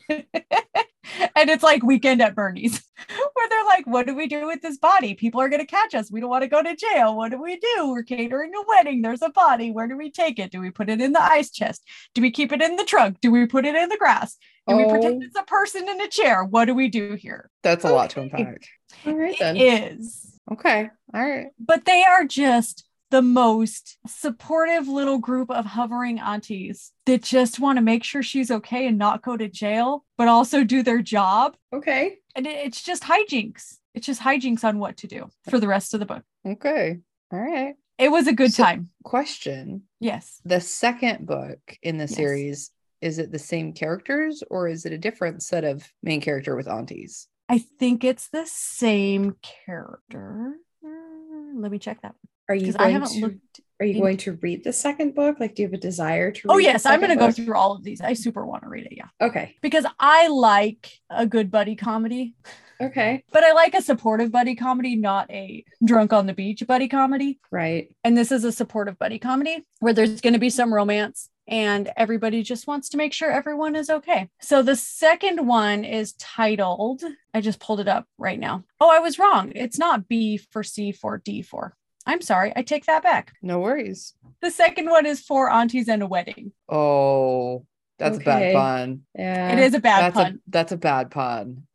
[SPEAKER 2] and it's like weekend at Bernie's, where they're like, what do we do with this body? People are going to catch us. We don't want to go to jail. What do we do? We're catering a wedding. There's a body. Where do we take it? Do we put it in the ice chest? Do we keep it in the trunk? Do we put it in the grass? Do we pretend
[SPEAKER 4] Oh.
[SPEAKER 2] it's a person in a chair? What do we do here?
[SPEAKER 3] That's a lot to
[SPEAKER 4] Okay.
[SPEAKER 3] unpack.
[SPEAKER 4] All right then.
[SPEAKER 2] It is.
[SPEAKER 3] Okay. All right.
[SPEAKER 2] But they are just the most supportive little group of hovering aunties that just want to make sure she's okay and not go to jail, but also do their job.
[SPEAKER 4] okay.
[SPEAKER 2] And it- it's just hijinks. It's just hijinks on what to do for the rest of the book.
[SPEAKER 3] Okay. All right.
[SPEAKER 2] It was a good
[SPEAKER 3] So-
[SPEAKER 2] time.
[SPEAKER 3] Question:
[SPEAKER 2] Yes.
[SPEAKER 3] The second book in the
[SPEAKER 2] Yes.
[SPEAKER 3] series is it the same characters or is it a different set of main character with aunties?
[SPEAKER 2] I think it's the same character. Mm, Let me check that
[SPEAKER 4] Are you
[SPEAKER 2] because I
[SPEAKER 4] going
[SPEAKER 2] haven't
[SPEAKER 4] to
[SPEAKER 2] looked.
[SPEAKER 4] Are you
[SPEAKER 2] in-
[SPEAKER 4] going to read the second book? Like, do you have a desire to?
[SPEAKER 2] Oh,
[SPEAKER 4] read the
[SPEAKER 2] yes. I'm going to
[SPEAKER 4] second
[SPEAKER 2] go
[SPEAKER 4] book?
[SPEAKER 2] through all of these. I super want to read it. Yeah.
[SPEAKER 4] Okay.
[SPEAKER 2] Because I like a good buddy comedy.
[SPEAKER 4] Okay.
[SPEAKER 2] But I like a supportive buddy comedy, not a drunk on the beach buddy comedy.
[SPEAKER 4] Right.
[SPEAKER 2] And this is a supportive buddy comedy where there's going to be some romance and everybody just wants to make sure everyone is okay. So the second one is titled, I just pulled it up right now. Oh, I was wrong. It's not B for C for D for. I'm sorry. I take that back.
[SPEAKER 3] No worries.
[SPEAKER 2] The second one is Four Aunties and a Wedding.
[SPEAKER 3] Oh, that's a bad
[SPEAKER 4] Okay.
[SPEAKER 3] pun.
[SPEAKER 4] Yeah.
[SPEAKER 2] It is a bad
[SPEAKER 3] Eh, That's a
[SPEAKER 2] pun.
[SPEAKER 3] that's a bad pun.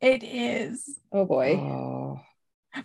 [SPEAKER 2] It is.
[SPEAKER 4] Oh
[SPEAKER 2] Um,
[SPEAKER 4] boy.
[SPEAKER 3] Oh.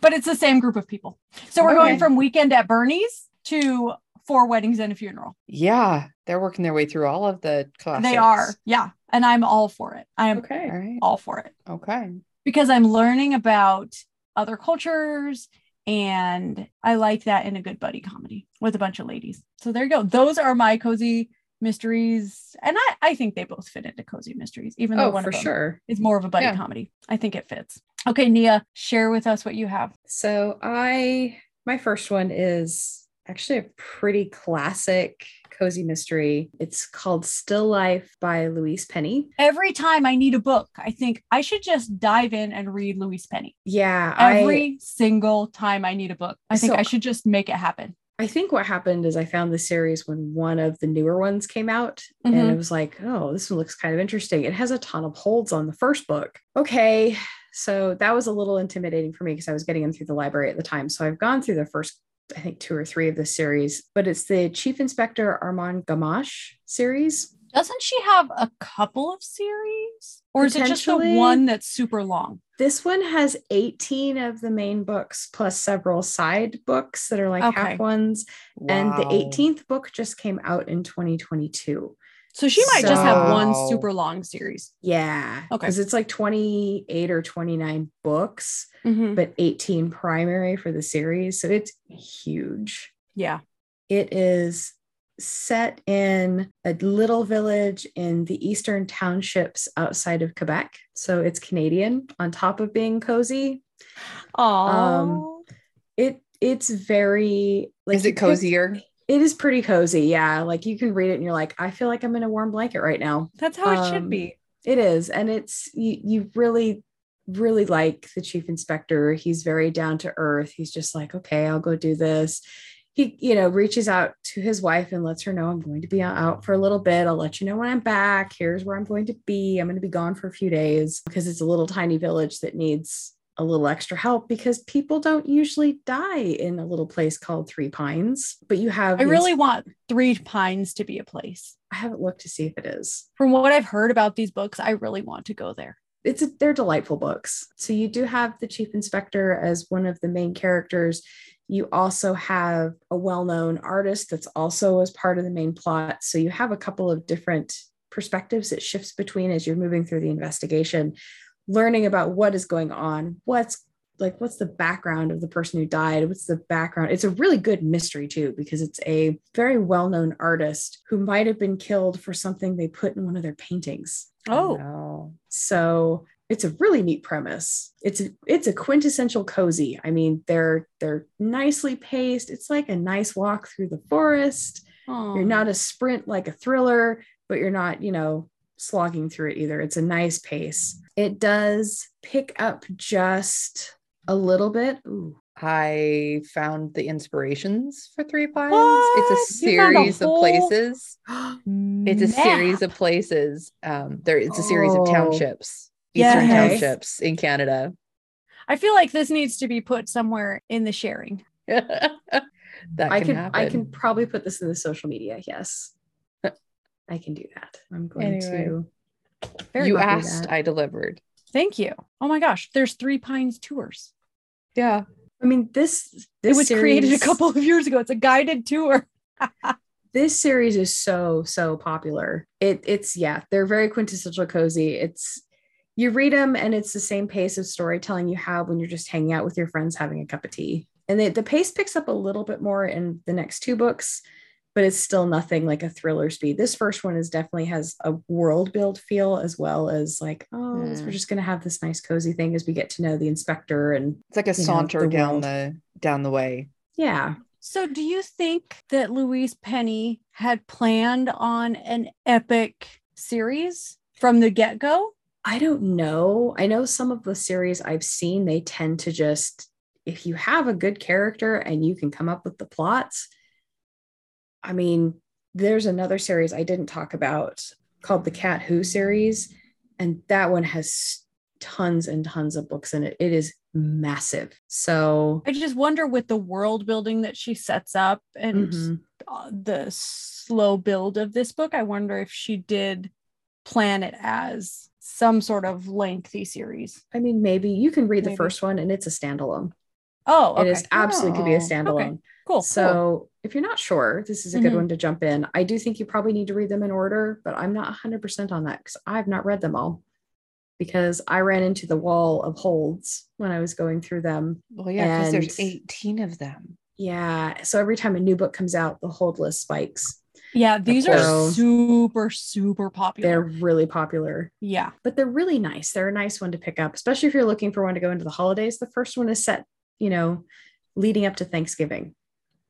[SPEAKER 2] But it's the same group of people. So we're going
[SPEAKER 4] Okay.
[SPEAKER 2] from Weekend at Bernie's to Four Weddings and a Funeral.
[SPEAKER 3] Yeah, they're working their way through all of the classics.
[SPEAKER 2] They are. Yeah. And I'm all for it. I am
[SPEAKER 4] Okay.
[SPEAKER 3] All right.
[SPEAKER 2] all for it.
[SPEAKER 3] Okay.
[SPEAKER 2] because I'm learning about other cultures and I like that in a good buddy comedy with a bunch of ladies. So there you go. Those are my cozy mysteries. And I, I think they both fit into cozy mysteries, even though
[SPEAKER 4] Oh,
[SPEAKER 2] one
[SPEAKER 4] for
[SPEAKER 2] of them
[SPEAKER 4] sure.
[SPEAKER 2] is more of a buddy
[SPEAKER 3] Yeah.
[SPEAKER 2] comedy. I think it fits. Okay, Nia, share with us what you have.
[SPEAKER 4] So I my first one is actually a pretty classic cozy mystery. It's called Still Life by Louise Penny.
[SPEAKER 2] Every time I need a book, I think I should just dive in and read Louise Penny.
[SPEAKER 4] Yeah, I
[SPEAKER 2] Every single time I need a book, I think
[SPEAKER 4] So-
[SPEAKER 2] I should just make it happen.
[SPEAKER 4] I think what happened is I found the series when one of the newer ones came out, and
[SPEAKER 2] Mhm.
[SPEAKER 4] it was like, oh, this one looks kind of interesting. It has a ton of holds on the first book. Okay. So that was a little intimidating for me because I was getting them through the library at the time. So I've gone through the first, I think, two or three of this series, but it's the Chief Inspector Armand Gamache series.
[SPEAKER 2] Doesn't she have a couple of series? Or is it just the
[SPEAKER 4] Potentially.
[SPEAKER 2] one that's super long?
[SPEAKER 4] This one has 18 of the main books plus several side books that are like
[SPEAKER 2] Okay.
[SPEAKER 4] half ones. And the
[SPEAKER 3] Wow.
[SPEAKER 4] 18th book just came out in 2022.
[SPEAKER 2] So she might just have one
[SPEAKER 3] So-
[SPEAKER 2] super long series.
[SPEAKER 4] Yeah.
[SPEAKER 2] Okay.
[SPEAKER 4] Because it's like 28 or 29 books,
[SPEAKER 3] Mm-hmm.
[SPEAKER 2] Mm-hmm.
[SPEAKER 4] but 18 primary for the series. So it's huge.
[SPEAKER 2] Yeah.
[SPEAKER 4] It is set in a little village in the eastern townships outside of Quebec. So it's Canadian on top of being cozy.
[SPEAKER 2] Oh.
[SPEAKER 4] It it's very like
[SPEAKER 3] Is
[SPEAKER 4] you
[SPEAKER 3] it
[SPEAKER 4] could-
[SPEAKER 3] cozier?
[SPEAKER 4] It is pretty cozy. Yeah. Like you can read it and you're like, I feel like I'm in a warm blanket right now.
[SPEAKER 2] that's how it should
[SPEAKER 4] um,
[SPEAKER 2] be.
[SPEAKER 4] It is. And it's you you really, really like the chief inspector. He's very down to earth. He's just like, okay, I'll go do this. He, you know, reaches out to his wife and lets her know I'm going to be out for a little bit. I'll let you know when I'm back. Here's where I'm going to be. I'm going to be gone for a few days because it's a little tiny village that needs a little extra help because people don't usually die in a little place called Three Pines. But you have,
[SPEAKER 2] I
[SPEAKER 4] these-
[SPEAKER 2] really want Three Pines to be a place.
[SPEAKER 4] I haven't looked to see if it is.
[SPEAKER 2] From what I've heard about these books, I really want to go there.
[SPEAKER 4] it's a, they're delightful books. So you do have the chief inspector as one of the main characters. You also have a well-known artist that's also as part of the main plot. So you have a couple of different perspectives it shifts between as you're moving through the investigation, learning about what is going on, what's like what's the background of the person who died, what's the background. It's a really good mystery too because it's a very well-known artist who might have been killed for something they put in one of their paintings.
[SPEAKER 2] Oh,
[SPEAKER 3] No.
[SPEAKER 4] So it's a really neat premise. It's a, it's a quintessential cozy. I mean, they're they're nicely paced. It's like a nice walk through the forest. You're not a sprint like a thriller, but you're not, you know, slogging through it either. It's a nice pace. It does pick up just a little bit. Ooh,
[SPEAKER 3] I found the inspirations for Three Pines.
[SPEAKER 2] What?
[SPEAKER 3] It's a
[SPEAKER 2] You found a
[SPEAKER 3] series of
[SPEAKER 2] whole-
[SPEAKER 3] places. It's a series
[SPEAKER 2] Map.
[SPEAKER 3] of places. Um, there it's a series of
[SPEAKER 4] Oh.
[SPEAKER 3] townships, eastern
[SPEAKER 2] Yes.
[SPEAKER 3] townships in Canada.
[SPEAKER 2] I feel like this needs to be put somewhere in the sharing.
[SPEAKER 3] that can,
[SPEAKER 4] I can
[SPEAKER 3] happen.
[SPEAKER 4] I can probably put this in the social media. Yes, I can do that. I'm going
[SPEAKER 3] Anyway.
[SPEAKER 4] to.
[SPEAKER 2] Very
[SPEAKER 3] you
[SPEAKER 2] much.
[SPEAKER 4] happy
[SPEAKER 3] asked,
[SPEAKER 4] that.
[SPEAKER 3] I delivered.
[SPEAKER 2] Thank you. Oh my gosh, there's Three Pines tours.
[SPEAKER 3] Yeah.
[SPEAKER 4] I mean, this
[SPEAKER 2] it
[SPEAKER 4] this
[SPEAKER 2] was created a
[SPEAKER 4] series-
[SPEAKER 2] couple of years ago. It's a guided tour.
[SPEAKER 4] this series is so so popular it it's yeah they're very quintessential cozy it's you read them and it's the same pace of storytelling you have when you're just hanging out with your friends having a cup of tea and the, the pace picks up a little bit more in the next two books but it's still nothing like a thriller speed this first one is definitely has a world build feel as well as like oh
[SPEAKER 3] Mm.
[SPEAKER 4] we're just going to have this nice cozy thing as we get to know the inspector and
[SPEAKER 3] It's like a
[SPEAKER 4] You know,
[SPEAKER 3] saunter
[SPEAKER 4] the
[SPEAKER 3] down
[SPEAKER 4] world.
[SPEAKER 3] the down the way.
[SPEAKER 4] yeah
[SPEAKER 2] So, do you think that Louise Penny had planned on an epic series from the get go?
[SPEAKER 4] I don't know. I know some of the series I've seen, they tend to just, if you have a good character and you can come up with the plots, I mean, there's another series I didn't talk about called the Cat Who series, and that one has tons and tons of books in it. It is massive. So,
[SPEAKER 2] I just wonder with the world building that she sets up and
[SPEAKER 4] mhm.
[SPEAKER 2] uh, the slow build of this book, I wonder if she did plan it as some sort of lengthy series.
[SPEAKER 4] I mean, maybe you can read
[SPEAKER 2] Maybe.
[SPEAKER 4] the first one and it's a standalone.
[SPEAKER 2] Oh, okay.
[SPEAKER 4] It is absolutely could be a
[SPEAKER 3] Oh, okay.
[SPEAKER 4] standalone.
[SPEAKER 2] cool.
[SPEAKER 4] So if you're not sure, this is a good
[SPEAKER 2] Mhm.
[SPEAKER 4] one to jump in. I do think you probably need to read them in order, but I'm not 100% on that because I've not read them all because I ran into the wall of holds when I was going through them.
[SPEAKER 3] Well, yeah, because there's
[SPEAKER 4] And-
[SPEAKER 3] 18 of them.
[SPEAKER 4] Yeah. So every time a new book comes out, the hold list spikes.
[SPEAKER 2] yeah, these are
[SPEAKER 4] course.
[SPEAKER 2] super, super
[SPEAKER 4] They're
[SPEAKER 2] popular.
[SPEAKER 4] really popular,
[SPEAKER 2] yeah.
[SPEAKER 4] but they're really nice. They're a nice one to pick up, especially if you're looking for one to go into the holidays. The first one is set, you know, leading up to Thanksgiving.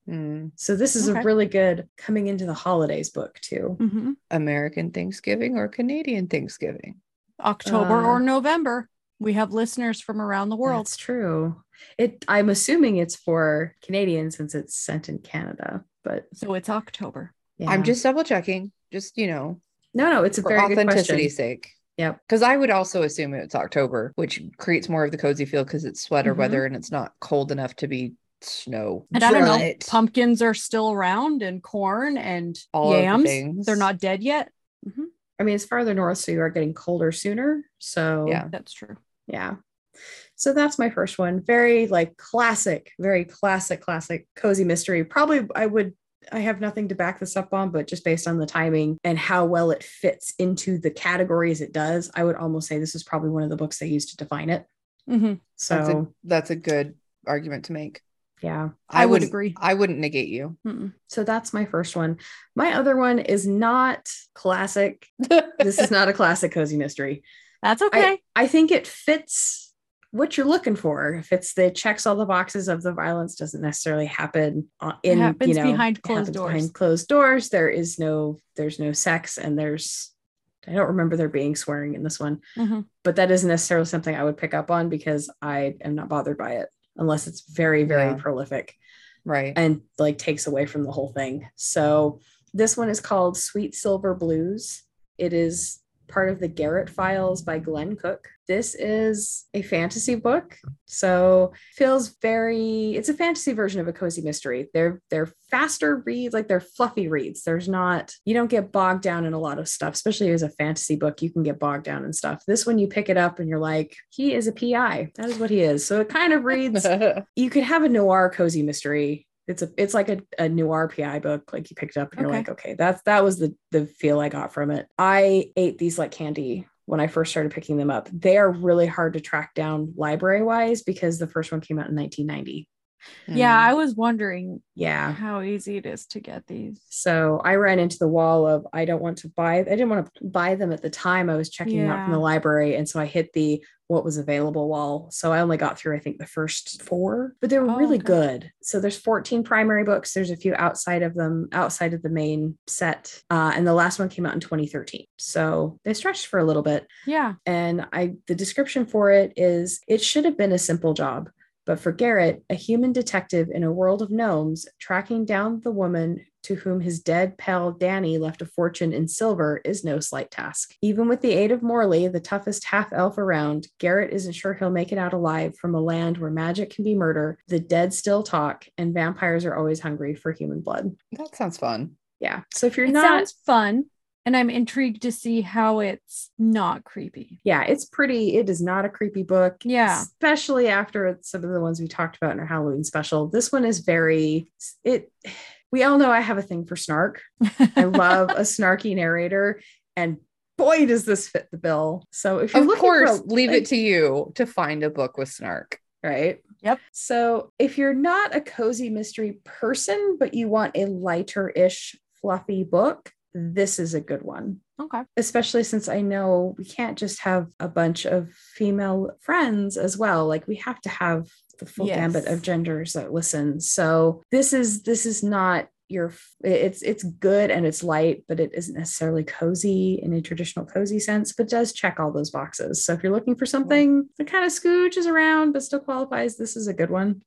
[SPEAKER 3] Mm.
[SPEAKER 4] So this is
[SPEAKER 2] Okay.
[SPEAKER 4] a really good coming into the holidays book, too.
[SPEAKER 2] hmm
[SPEAKER 3] American Thanksgiving or Canadian Thanksgiving?
[SPEAKER 2] October
[SPEAKER 4] Uh,
[SPEAKER 2] or November. We have listeners from around the world.
[SPEAKER 4] That's true. It I'm assuming it's for Canadians since it's sent in Canada, but
[SPEAKER 2] So it's October.
[SPEAKER 4] yeah.
[SPEAKER 3] I'm just double checking, just, you know,
[SPEAKER 4] no no, it's a
[SPEAKER 3] for
[SPEAKER 4] very good question.
[SPEAKER 3] authenticity's sake.
[SPEAKER 4] Yep.
[SPEAKER 3] Because I would also assume it's October, which creates more of the cozy feel because it's sweater
[SPEAKER 4] Mhm.
[SPEAKER 3] weather and it's not cold enough to be snow.
[SPEAKER 2] And I don't know,
[SPEAKER 3] But
[SPEAKER 2] pumpkins are still around and corn and
[SPEAKER 3] All of the
[SPEAKER 2] yams.
[SPEAKER 3] things.
[SPEAKER 2] They're not dead yet.
[SPEAKER 4] I mean it's farther north, so you are getting colder sooner. So
[SPEAKER 3] Yeah.
[SPEAKER 2] That's true.
[SPEAKER 4] yeah. So that's my first one. Very like classic, very classic, classic cozy mystery. Probably I would I have nothing to back this up on, but just based on the timing and how well it fits into the categories it does, I would almost say this is probably one of the books they used to define it.
[SPEAKER 2] hmm
[SPEAKER 4] So
[SPEAKER 3] that's, a, that's a good argument to make.
[SPEAKER 4] yeah.
[SPEAKER 2] I would
[SPEAKER 3] wouldn't-
[SPEAKER 2] agree.
[SPEAKER 3] I wouldn't negate you.
[SPEAKER 2] Mm-hmm.
[SPEAKER 4] So that's my first one. My other one is not classic. this is not a classic cozy mystery.
[SPEAKER 2] That's okay.
[SPEAKER 4] I think it fits what you're looking for. If it's the checks all the boxes of the violence doesn't necessarily happen uh, in
[SPEAKER 2] happens
[SPEAKER 4] you know,
[SPEAKER 2] behind
[SPEAKER 4] it
[SPEAKER 2] closed
[SPEAKER 4] happens
[SPEAKER 2] doors.
[SPEAKER 4] Behind closed doors, there is no there's no sex and there's I don't remember there being swearing in this one,
[SPEAKER 2] Mhm.
[SPEAKER 4] but that isn't necessarily something I would pick up on because I am not bothered by it unless it's very very
[SPEAKER 3] Yeah.
[SPEAKER 4] prolific
[SPEAKER 3] right.
[SPEAKER 4] and like takes away from the whole thing. So this one is called Sweet Silver Blues. It is part of the Garrett Files by Glenn Cook. This is a fantasy book, so feels very it's a fantasy version of a cozy mystery. They're they're faster reads, like they're fluffy reads. There's not you don't get bogged down in a lot of stuff, especially as a fantasy book, you can get bogged down in stuff. This one you pick it up and you're like, he is a PI. That is what he is. So it kind of reads you could have a noir cozy mystery. It's a it's like a, a noir PI book. Like you picked it up and you're
[SPEAKER 2] Okay.
[SPEAKER 4] like, okay, that's that was the the feel I got from it. I ate these like candy when I first started picking them up. They are really hard to track down library wise because the first one came out in 1990.
[SPEAKER 2] yeah,
[SPEAKER 3] Mm.
[SPEAKER 2] I was wondering
[SPEAKER 4] Yeah.
[SPEAKER 2] how easy it is to get these.
[SPEAKER 4] So I ran into the wall of I don't want to buy. I didn't want to buy them at the time. I was checking them out from
[SPEAKER 2] Yeah.
[SPEAKER 4] the library, and so I hit the what was available wall. So I only got through I think the first four, but they were
[SPEAKER 2] Oh,
[SPEAKER 4] really
[SPEAKER 2] okay.
[SPEAKER 4] good. So there's 14 primary books. There's a few outside of them, outside of the main set, uh, and the last one came out in 2013. So they stretched for a little bit
[SPEAKER 2] Yeah.
[SPEAKER 4] and I the description for it is it should have been a simple job, but for Garrett, a human detective in a world of gnomes, tracking down the woman to whom his dead pal Danny left a fortune in silver is no slight task. Even with the aid of Morley, the toughest half elf around, Garrett isn't sure he'll make it out alive from a land where magic can be murder, the dead still talk, and vampires are always hungry for human blood.
[SPEAKER 3] Mm, that sounds fun.
[SPEAKER 4] Yeah. So if you're
[SPEAKER 2] It
[SPEAKER 4] not
[SPEAKER 2] sounds fun. And I'm intrigued to see how it's not creepy.
[SPEAKER 4] yeah, it's pretty. It is not a creepy book.
[SPEAKER 2] Yeah.
[SPEAKER 4] Especially after some of the ones we talked about in our Halloween special. This one is very it we all know I have a thing for snark. I love a snarky narrator and boy does this fit the bill. So if you're
[SPEAKER 3] Of
[SPEAKER 4] looking
[SPEAKER 3] course,
[SPEAKER 4] for a-
[SPEAKER 3] leave it to you to find a book with snark.
[SPEAKER 4] right?
[SPEAKER 2] Yep.
[SPEAKER 4] So if you're not a cozy mystery person but you want a lighter-ish fluffy book, this is a good one
[SPEAKER 2] okay.
[SPEAKER 4] especially since I know we can't just have a bunch of female friends as well. Like we have to have the full
[SPEAKER 2] Yes.
[SPEAKER 4] gambit of genders that listen. So this is this is not your it's it's good and it's light, but it isn't necessarily cozy in a traditional cozy sense, but does check all those boxes. So if you're looking for something that kind of scooches around but still qualifies, this is a good one.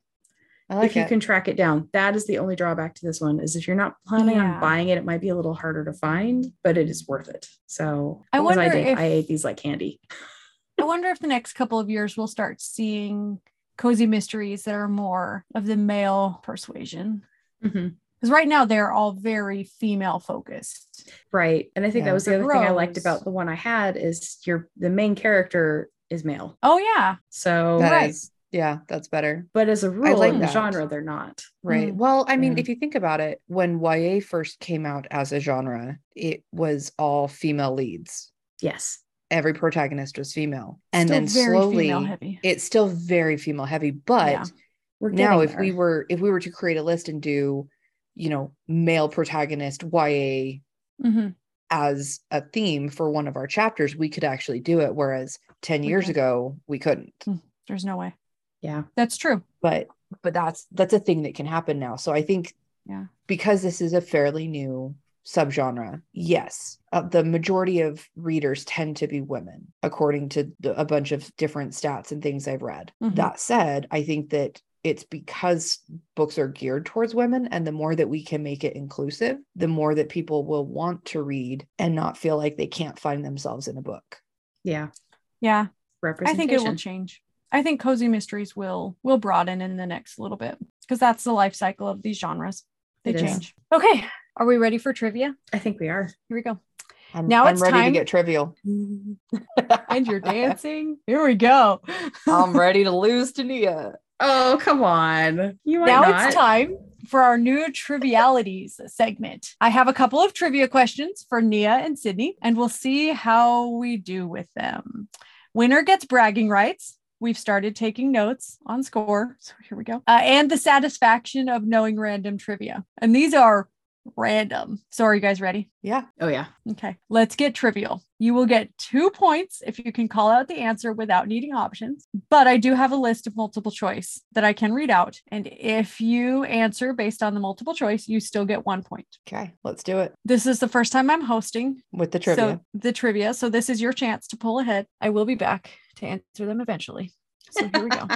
[SPEAKER 3] I like
[SPEAKER 4] if you
[SPEAKER 3] it.
[SPEAKER 4] can track it down. That is the only drawback to this one is if you're not planning
[SPEAKER 2] Yeah.
[SPEAKER 4] on buying it, it might be a little harder to find, but it is worth it. So
[SPEAKER 2] I
[SPEAKER 4] what was
[SPEAKER 2] wonder
[SPEAKER 4] did?
[SPEAKER 2] if-
[SPEAKER 4] I ate these like candy.
[SPEAKER 2] I wonder if the next couple of years we'll start seeing cozy mysteries that are more of the male persuasion. Because right now they're all very female focused.
[SPEAKER 4] Right. And I think
[SPEAKER 3] Yeah.
[SPEAKER 4] that was the other thing I liked
[SPEAKER 2] Rose.
[SPEAKER 4] about the one I had is your the main character is male.
[SPEAKER 2] Oh, yeah.
[SPEAKER 4] So
[SPEAKER 3] That
[SPEAKER 2] right.
[SPEAKER 3] is- yeah, that's better.
[SPEAKER 4] but as a rule
[SPEAKER 3] like
[SPEAKER 4] in the
[SPEAKER 3] that.
[SPEAKER 4] genre, they're not.
[SPEAKER 3] Right.
[SPEAKER 2] Mm-hmm.
[SPEAKER 3] Well, I mean,
[SPEAKER 4] Yeah.
[SPEAKER 3] if you think about it, when YA first came out as a genre, it was all female leads.
[SPEAKER 4] Yes.
[SPEAKER 3] Every protagonist was female. And
[SPEAKER 2] Still
[SPEAKER 3] then
[SPEAKER 2] very
[SPEAKER 3] slowly
[SPEAKER 2] female heavy.
[SPEAKER 3] it's still very female heavy, but
[SPEAKER 2] Yeah.
[SPEAKER 4] We're
[SPEAKER 3] now
[SPEAKER 4] getting
[SPEAKER 3] if we
[SPEAKER 4] there.
[SPEAKER 3] were if we were to create a list and do, you know, male protagonist YA
[SPEAKER 2] Mhm.
[SPEAKER 3] as a theme for one of our chapters, we could actually do it whereas 10
[SPEAKER 2] We
[SPEAKER 3] years
[SPEAKER 2] could.
[SPEAKER 3] ago we couldn't.
[SPEAKER 2] There's no way.
[SPEAKER 4] Yeah.
[SPEAKER 2] That's true.
[SPEAKER 3] but but that's that's a thing that can happen now so i think
[SPEAKER 2] Yeah.
[SPEAKER 3] because this is a fairly new subgenre yes uh, the majority of readers tend to be women according to the, a bunch of different stats and things i've read
[SPEAKER 2] Mhm.
[SPEAKER 3] that said i think that it's because books are geared towards women and the more that we can make it inclusive the more that people will want to read and not feel like they can't find themselves in a book
[SPEAKER 4] Yeah.
[SPEAKER 2] Yeah. I
[SPEAKER 4] Representation.
[SPEAKER 2] think it will change. I think cozy mysteries will will broaden in the next little bit because that's the life cycle of these genres. They
[SPEAKER 4] It is.
[SPEAKER 2] change. Okay. Are we ready for trivia?
[SPEAKER 4] I think we are.
[SPEAKER 2] Here we go.
[SPEAKER 3] i'm,
[SPEAKER 2] Now
[SPEAKER 3] I'm
[SPEAKER 2] it's
[SPEAKER 3] ready
[SPEAKER 2] time-
[SPEAKER 3] to get trivial
[SPEAKER 2] And you're dancing. Here we go.
[SPEAKER 3] i'm ready to lose to nia
[SPEAKER 4] Oh, come on. You are
[SPEAKER 2] now
[SPEAKER 4] not.
[SPEAKER 2] it's time for our new trivialities segment. I have a couple of trivia questions for Nia and Sydney, and we'll see how we do with them. Winner gets bragging rights. We've started taking notes on score. So here we go. Uh, and the satisfaction of knowing random trivia. And these are random. So are you guys ready?
[SPEAKER 3] yeah
[SPEAKER 4] Oh yeah.
[SPEAKER 2] Okay, let's get trivial. You will get two points if you can call out the answer without needing options. But I do have a list of multiple choice that I can read out. And if you answer based on the multiple choice, you still get one point.
[SPEAKER 3] Okay, let's do it
[SPEAKER 2] This is the first time I'm hosting.
[SPEAKER 3] with the trivia.
[SPEAKER 2] So the trivia. So this is your chance to pull ahead. I will be back to answer them eventually. So here we go.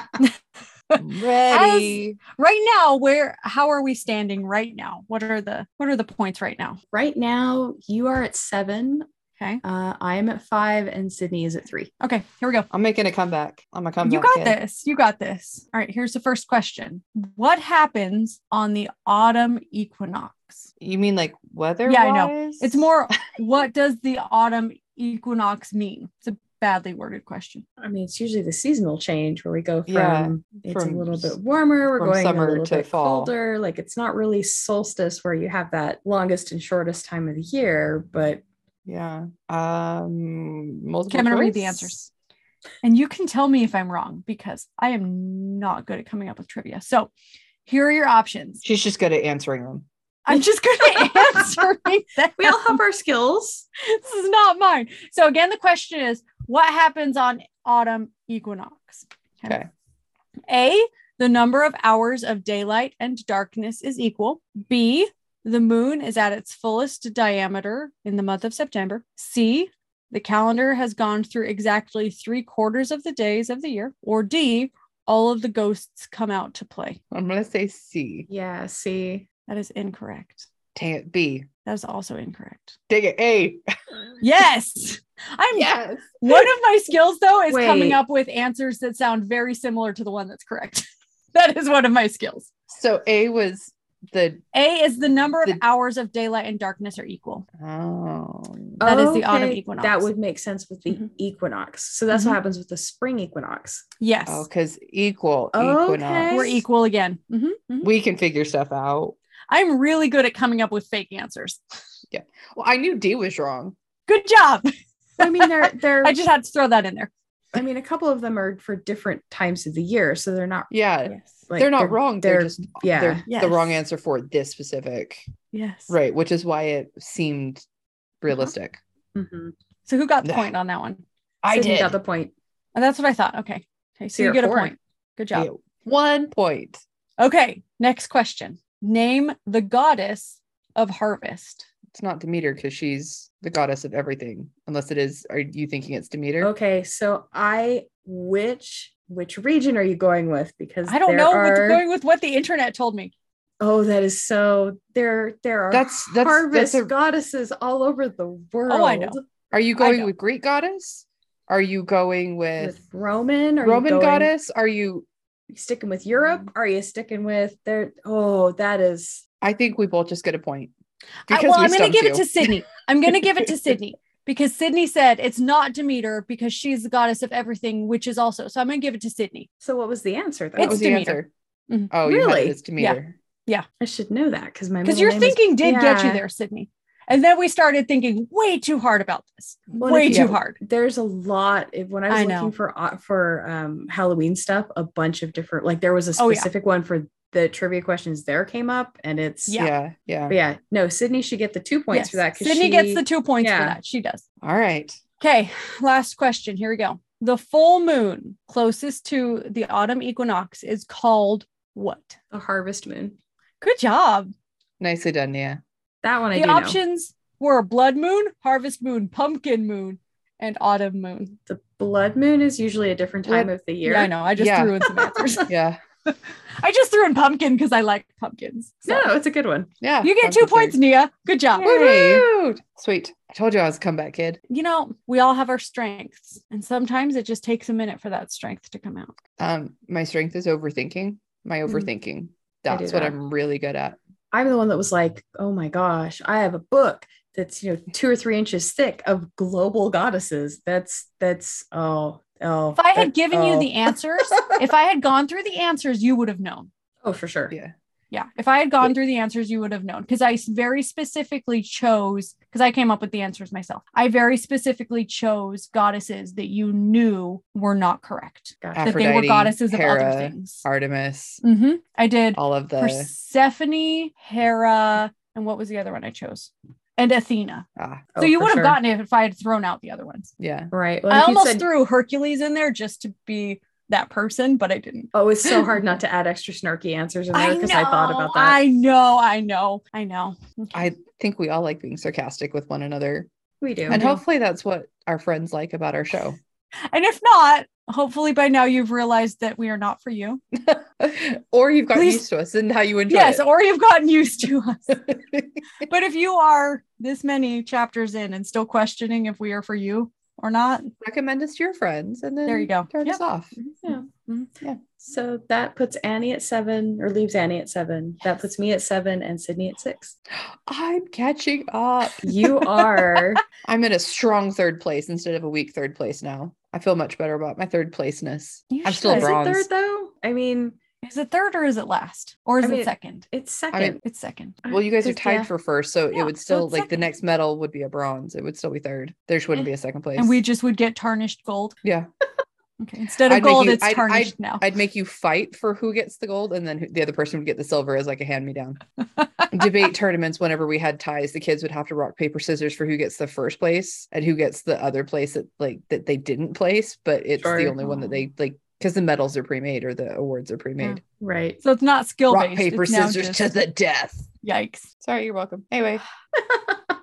[SPEAKER 3] I'm ready.
[SPEAKER 2] right now, where how are we standing right now? What are the what are the points right now?
[SPEAKER 4] Right now you are at seven.
[SPEAKER 2] Okay.
[SPEAKER 4] Uh, I'm at five and Sydney is at three.
[SPEAKER 2] Okay, here we go.
[SPEAKER 3] I'm making a comeback. I'm a comeback.
[SPEAKER 2] You got
[SPEAKER 3] kid.
[SPEAKER 2] this. You got this. All right. Here's the first question What happens on the autumn equinox?
[SPEAKER 3] You mean like weather?
[SPEAKER 2] Yeah, I know. It's more, what does the autumn equinox mean? It's a badly worded question.
[SPEAKER 4] I mean, it's usually the seasonal change where we go from
[SPEAKER 3] Yeah,
[SPEAKER 4] it's
[SPEAKER 3] from
[SPEAKER 4] a little bit
[SPEAKER 3] s-
[SPEAKER 4] warmer, we're
[SPEAKER 3] from
[SPEAKER 4] going
[SPEAKER 3] summer
[SPEAKER 4] a little
[SPEAKER 3] to
[SPEAKER 4] bit
[SPEAKER 3] fall.
[SPEAKER 4] colder. Like it's not really solstice where you have that longest and shortest time of the year, but
[SPEAKER 3] Yeah. Um. Multiple.
[SPEAKER 2] Okay, I'm going to read the
[SPEAKER 3] choice?
[SPEAKER 2] answers. And you can tell me if I'm wrong because I am not good at coming up with trivia. So here are your options.
[SPEAKER 3] She's just good at answering them.
[SPEAKER 2] I'm just good at answering them.
[SPEAKER 4] we all have our skills.
[SPEAKER 2] this is not mine. So again, the question is, what happens on autumn equinox?
[SPEAKER 3] Okay.
[SPEAKER 2] A, the number of hours of daylight and darkness is equal. B, the moon is at its fullest diameter in the month of September. C, the calendar has gone through exactly three quarters of the days of the year. Or D, all of the ghosts come out to play.
[SPEAKER 3] I'm gonna say C.
[SPEAKER 4] Yeah, see.
[SPEAKER 2] That is incorrect.
[SPEAKER 3] Dang it, B.
[SPEAKER 2] That is also incorrect.
[SPEAKER 3] Dang it, A.
[SPEAKER 2] Yes. I'm
[SPEAKER 3] yes.
[SPEAKER 2] One of my skills, though, is coming
[SPEAKER 4] Wait.
[SPEAKER 2] up with answers that sound very similar to the one that's correct. that is one of my skills.
[SPEAKER 3] So A was the.
[SPEAKER 2] A is the number of
[SPEAKER 3] The-
[SPEAKER 2] hours of daylight and darkness are equal.
[SPEAKER 3] Oh.
[SPEAKER 2] That is the autumn equinox.
[SPEAKER 4] That would make sense with
[SPEAKER 3] Mm-hmm.
[SPEAKER 4] the
[SPEAKER 2] Mhm.
[SPEAKER 4] equinox. So that's
[SPEAKER 2] Mhm.
[SPEAKER 4] what happens with the spring equinox.
[SPEAKER 2] Yes,
[SPEAKER 3] Oh, because equal.
[SPEAKER 4] Okay.
[SPEAKER 3] Equinox.
[SPEAKER 2] we're equal again. Mhm, mhm.
[SPEAKER 3] We can figure stuff out.
[SPEAKER 2] I'm really good at coming up with fake answers.
[SPEAKER 3] Well, I knew D was wrong.
[SPEAKER 2] Good job.
[SPEAKER 4] I mean, they're they're.
[SPEAKER 2] I just had to throw that in there.
[SPEAKER 4] I mean, a couple of them are for different times of the year, so they're not.
[SPEAKER 3] Yeah.
[SPEAKER 2] Yes.
[SPEAKER 4] Like,
[SPEAKER 3] they're not wrong. They're, just
[SPEAKER 4] yeah.
[SPEAKER 3] they're the wrong
[SPEAKER 2] Yes.
[SPEAKER 3] answer for this specific
[SPEAKER 2] Yes.
[SPEAKER 3] right, which is why it seemed realistic.
[SPEAKER 4] Mhm.
[SPEAKER 2] So who got the
[SPEAKER 3] Nah.
[SPEAKER 2] point on that one?
[SPEAKER 4] Sydney got the point.
[SPEAKER 2] And that's what I thought. Okay. Okay. So,
[SPEAKER 4] So
[SPEAKER 2] you
[SPEAKER 4] you're
[SPEAKER 2] get
[SPEAKER 4] four.
[SPEAKER 2] a point. Good job.
[SPEAKER 3] Yeah, One point.
[SPEAKER 2] Okay, next question. Name the goddess of harvest.
[SPEAKER 3] It's not Demeter because she's the goddess of everything, unless it is. Are you thinking it's Demeter?
[SPEAKER 2] Oh,
[SPEAKER 4] Okay, so I which which region are you going with? Because
[SPEAKER 2] I don't
[SPEAKER 4] there
[SPEAKER 2] know.
[SPEAKER 4] Are,
[SPEAKER 2] With, going with what the internet told me.
[SPEAKER 4] oh, that is so. There there are
[SPEAKER 3] That's that's,
[SPEAKER 4] harvest
[SPEAKER 3] that's a,
[SPEAKER 4] goddesses all over the world.
[SPEAKER 2] Oh, I know.
[SPEAKER 3] Are you
[SPEAKER 2] know.
[SPEAKER 3] going with Greek goddess? Are you going with,
[SPEAKER 4] With Roman or
[SPEAKER 3] Roman
[SPEAKER 4] going,
[SPEAKER 3] goddess? Are you?
[SPEAKER 4] you sticking with Europe? Are you sticking with there? Oh, that is
[SPEAKER 3] I think we both just get a point.
[SPEAKER 2] I,
[SPEAKER 3] Because
[SPEAKER 2] Uh, well,
[SPEAKER 3] we
[SPEAKER 2] I'm going
[SPEAKER 3] stumped
[SPEAKER 2] to give it
[SPEAKER 3] you.
[SPEAKER 2] to Sydney. I'm going to give it to Sydney because Sydney said it's not Demeter because she's the goddess of everything, which is also. So I'm going to give it to Sydney.
[SPEAKER 4] so. What was the answer though?
[SPEAKER 3] That
[SPEAKER 2] It's
[SPEAKER 3] was the
[SPEAKER 2] Demeter.
[SPEAKER 3] answer.
[SPEAKER 2] Mhm.
[SPEAKER 3] Oh, you had it
[SPEAKER 4] Really?
[SPEAKER 3] as Demeter.
[SPEAKER 4] I should know that because my
[SPEAKER 2] Because
[SPEAKER 4] middle
[SPEAKER 2] your
[SPEAKER 4] name is-
[SPEAKER 2] thinking did get you
[SPEAKER 4] Yeah.
[SPEAKER 2] there, Sydney. And then we started thinking way too hard about this.
[SPEAKER 4] Well,
[SPEAKER 2] way
[SPEAKER 4] if
[SPEAKER 2] too
[SPEAKER 4] you-
[SPEAKER 2] hard.
[SPEAKER 4] There's a lot. If, when I was
[SPEAKER 2] I
[SPEAKER 4] looking
[SPEAKER 2] know.
[SPEAKER 4] for uh, for um, Halloween stuff, a bunch of different like there was a
[SPEAKER 2] Oh, yeah.
[SPEAKER 4] specific one for the trivia questions there came up, and it's
[SPEAKER 2] Yeah.
[SPEAKER 3] yeah. yeah.
[SPEAKER 4] But yeah, no, Sydney should get the two points for that.
[SPEAKER 2] Yes.
[SPEAKER 4] 'cause
[SPEAKER 2] Sydney
[SPEAKER 4] she-
[SPEAKER 2] gets the two points for
[SPEAKER 4] yeah.
[SPEAKER 2] that. She does.
[SPEAKER 3] All right.
[SPEAKER 2] Okay, last question. Here we go. The full moon closest to the autumn equinox is called what?
[SPEAKER 4] the harvest moon.
[SPEAKER 2] Good job.
[SPEAKER 3] Nicely done, Nia.
[SPEAKER 4] That one I
[SPEAKER 2] the
[SPEAKER 4] do know.
[SPEAKER 2] options were blood moon, harvest moon, pumpkin moon, and autumn moon.
[SPEAKER 4] The blood moon is usually a different
[SPEAKER 3] Blood-
[SPEAKER 4] time of the year.
[SPEAKER 2] Yeah, I know. I just
[SPEAKER 3] Yeah.
[SPEAKER 2] threw in some answers.
[SPEAKER 3] Yeah.
[SPEAKER 2] I just threw in pumpkin because I like pumpkins. So
[SPEAKER 4] No, it's a good one.
[SPEAKER 3] Yeah.
[SPEAKER 2] you get
[SPEAKER 3] that's
[SPEAKER 2] two
[SPEAKER 3] the third.
[SPEAKER 2] points, Nia. Good job.
[SPEAKER 4] Yay.
[SPEAKER 3] Woohoo! Sweet. I told you I was a comeback kid.
[SPEAKER 2] You know, we all have our strengths, and sometimes it just takes a minute for that strength to come out.
[SPEAKER 3] Um, my strength is overthinking. My
[SPEAKER 4] Mhm.
[SPEAKER 3] overthinking.
[SPEAKER 4] I do
[SPEAKER 3] That's what
[SPEAKER 4] that.
[SPEAKER 3] I'm really good at.
[SPEAKER 4] I'm the one that was like, oh my gosh, I have a book that's you know two or three inches thick of global goddesses. That's that's oh oh.
[SPEAKER 2] If I had
[SPEAKER 4] that-
[SPEAKER 2] given you
[SPEAKER 4] oh.
[SPEAKER 2] the answers, if I had gone through the answers, you would have known.
[SPEAKER 4] oh for sure.
[SPEAKER 3] Yeah.
[SPEAKER 2] Yeah. If I had gone through the answers, you would have known because I s- very specifically chose, because I came up with the answers myself. I very specifically chose goddesses that you knew were not correct,
[SPEAKER 4] Gotcha.
[SPEAKER 2] that they were
[SPEAKER 3] Aphrodite,
[SPEAKER 2] goddesses of
[SPEAKER 3] Hera,
[SPEAKER 2] other things.
[SPEAKER 3] Artemis,
[SPEAKER 2] hmm I did
[SPEAKER 3] all of the
[SPEAKER 2] Persephone, Hera, and what was the other one I chose? And Athena.
[SPEAKER 3] ah,
[SPEAKER 4] Oh,
[SPEAKER 2] so you
[SPEAKER 4] for
[SPEAKER 2] would have
[SPEAKER 4] sure.
[SPEAKER 2] gotten it if I had thrown out the other ones.
[SPEAKER 3] yeah.
[SPEAKER 4] right. Well,
[SPEAKER 2] I
[SPEAKER 4] if you'd
[SPEAKER 2] almost
[SPEAKER 4] said-
[SPEAKER 2] threw Hercules in there just to be that person, but I didn't.
[SPEAKER 4] oh, it's so hard not to add extra snarky answers in there because I, thought about that.
[SPEAKER 2] I know, I know, I know.
[SPEAKER 3] I think we all like being sarcastic with one another.
[SPEAKER 4] we do.
[SPEAKER 3] And hopefully that's what our friends like about our show.
[SPEAKER 2] And if not, hopefully by now you've realized that we are not for you.
[SPEAKER 3] or you've gotten
[SPEAKER 2] Please-
[SPEAKER 3] used to us and how you enjoy
[SPEAKER 2] Yes,
[SPEAKER 3] it.
[SPEAKER 2] or you've gotten used to us. but if you are this many chapters in and still questioning if we are for you or not,
[SPEAKER 3] Recommend us to your friends and then
[SPEAKER 2] There you go.
[SPEAKER 3] turn
[SPEAKER 2] Yep.
[SPEAKER 3] us off.
[SPEAKER 4] Yeah.
[SPEAKER 3] Yeah.
[SPEAKER 4] Mm-hmm. So that puts Annie at seven, or leaves Annie at seven. That puts me at seven and Sydney at six.
[SPEAKER 3] I'm catching up.
[SPEAKER 4] You are
[SPEAKER 3] I'm in a strong third place instead of a weak third place now. I feel much better about my third placeness.
[SPEAKER 2] You
[SPEAKER 3] I'm still
[SPEAKER 2] should.
[SPEAKER 4] is it
[SPEAKER 3] bronze.
[SPEAKER 4] third though? I mean,
[SPEAKER 2] is it third or is it last? Or is
[SPEAKER 4] I mean,
[SPEAKER 2] it second?
[SPEAKER 4] it's second.
[SPEAKER 3] mean,
[SPEAKER 2] It's second.
[SPEAKER 3] Well, you guys are
[SPEAKER 4] Just,
[SPEAKER 3] tied
[SPEAKER 4] yeah.
[SPEAKER 3] for first, so
[SPEAKER 2] Yeah,
[SPEAKER 3] it would
[SPEAKER 2] so
[SPEAKER 3] still
[SPEAKER 2] it's
[SPEAKER 3] like the
[SPEAKER 2] second.
[SPEAKER 3] next medal would be a bronze. It would still be third. There just wouldn't be
[SPEAKER 2] And-
[SPEAKER 3] a second place.
[SPEAKER 2] And we just would get tarnished gold.
[SPEAKER 3] yeah,
[SPEAKER 2] Okay. Instead of
[SPEAKER 3] I'd make
[SPEAKER 2] gold,
[SPEAKER 3] you-
[SPEAKER 2] it's
[SPEAKER 3] I'd- I'd-
[SPEAKER 2] tarnished now.
[SPEAKER 3] I'd make you fight for who gets the gold, and then who- the other person would get the silver as like a hand me down. Debate tournaments. Whenever we had ties, the kids would have to rock paper scissors for who gets the first place and who gets the other place that like that they didn't place, but it's
[SPEAKER 4] Sure.
[SPEAKER 3] the only one that they like because the medals are pre made or the awards are pre made.
[SPEAKER 4] right.
[SPEAKER 2] so it's not skill
[SPEAKER 3] Rock
[SPEAKER 2] based.
[SPEAKER 3] paper
[SPEAKER 2] it's now
[SPEAKER 3] scissors
[SPEAKER 2] just-
[SPEAKER 3] to the death.
[SPEAKER 2] yikes.
[SPEAKER 3] Sorry, you're welcome. Anyway,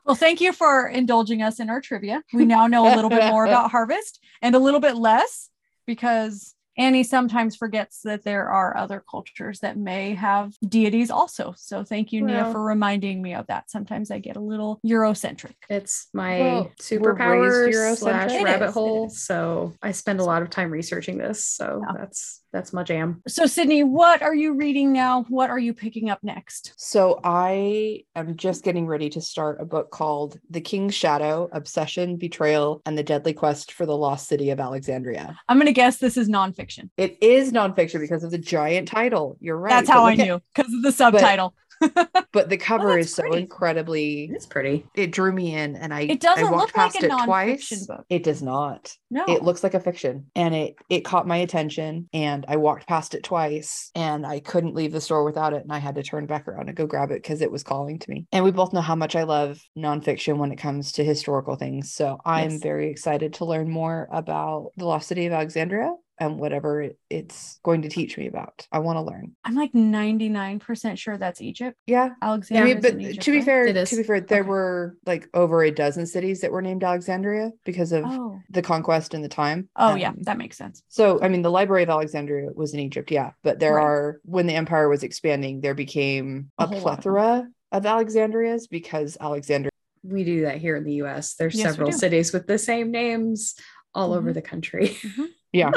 [SPEAKER 2] Well, thank you for indulging us in our trivia. We now know a little bit more about harvest and a little bit less because Annie sometimes forgets that there are other cultures that may have deities also. So thank you, Nia,
[SPEAKER 4] Well-
[SPEAKER 2] for reminding me of that. Sometimes I get a little Eurocentric.
[SPEAKER 4] It's my
[SPEAKER 3] Well, we're
[SPEAKER 4] superpower
[SPEAKER 3] raised
[SPEAKER 4] slash
[SPEAKER 3] Eurocentric.
[SPEAKER 2] It
[SPEAKER 4] rabbit
[SPEAKER 2] is, it
[SPEAKER 4] hole.
[SPEAKER 2] is.
[SPEAKER 4] So I spend a lot of time researching this. So
[SPEAKER 2] Yeah.
[SPEAKER 4] that's that's my jam.
[SPEAKER 2] So, Sydney, what are you reading now? What are you picking up next?
[SPEAKER 3] So I am just getting ready to start a book called The King's Shadow: Obsession, Betrayal, and the Deadly Quest for the Lost City of Alexandria.
[SPEAKER 2] I'm going to guess this is nonfiction.
[SPEAKER 3] It is nonfiction because of the giant title. You're right.
[SPEAKER 2] That's
[SPEAKER 3] but
[SPEAKER 2] how I
[SPEAKER 3] look at-
[SPEAKER 2] knew because of the subtitle.
[SPEAKER 3] But the cover
[SPEAKER 2] that's
[SPEAKER 3] is so
[SPEAKER 2] pretty.
[SPEAKER 3] incredibly
[SPEAKER 4] It's pretty.
[SPEAKER 3] it drew me in and I
[SPEAKER 2] It doesn't
[SPEAKER 3] I walked
[SPEAKER 2] look like
[SPEAKER 3] past
[SPEAKER 2] a
[SPEAKER 3] it twice.
[SPEAKER 2] nonfiction book.
[SPEAKER 3] It does not.
[SPEAKER 2] No.
[SPEAKER 3] It looks like a fiction and it it caught my attention and I walked past it twice and I couldn't leave the store without it and I had to turn back around and go grab it because it was calling to me. And we both know how much I love nonfiction when it comes to historical things. So I'm
[SPEAKER 4] Yes.
[SPEAKER 3] very excited to learn more about the lost city of Alexandria and whatever it's going to teach me about. I want to learn.
[SPEAKER 2] I'm like 99% sure that's Egypt.
[SPEAKER 3] Yeah. I
[SPEAKER 2] Alexandria.
[SPEAKER 3] mean, but to be fair,
[SPEAKER 4] It is.
[SPEAKER 3] to be fair, there
[SPEAKER 2] Okay.
[SPEAKER 3] were like over a dozen cities that were named Alexandria because of
[SPEAKER 2] Oh,
[SPEAKER 3] the conquest and the time.
[SPEAKER 2] oh yeah,
[SPEAKER 3] Um,
[SPEAKER 2] that makes sense.
[SPEAKER 3] So, I mean, the Library of Alexandria was in Egypt, yeah, but there
[SPEAKER 2] Right.
[SPEAKER 3] are, when the empire was expanding, there became a,
[SPEAKER 2] A whole lot of them.
[SPEAKER 3] plethora of Alexandrias because Alexandria,
[SPEAKER 4] We do that here in the US. There's
[SPEAKER 2] Yes, we
[SPEAKER 4] several
[SPEAKER 2] do.
[SPEAKER 4] cities with the same names all over
[SPEAKER 2] Mhm.
[SPEAKER 4] the country.
[SPEAKER 3] yeah,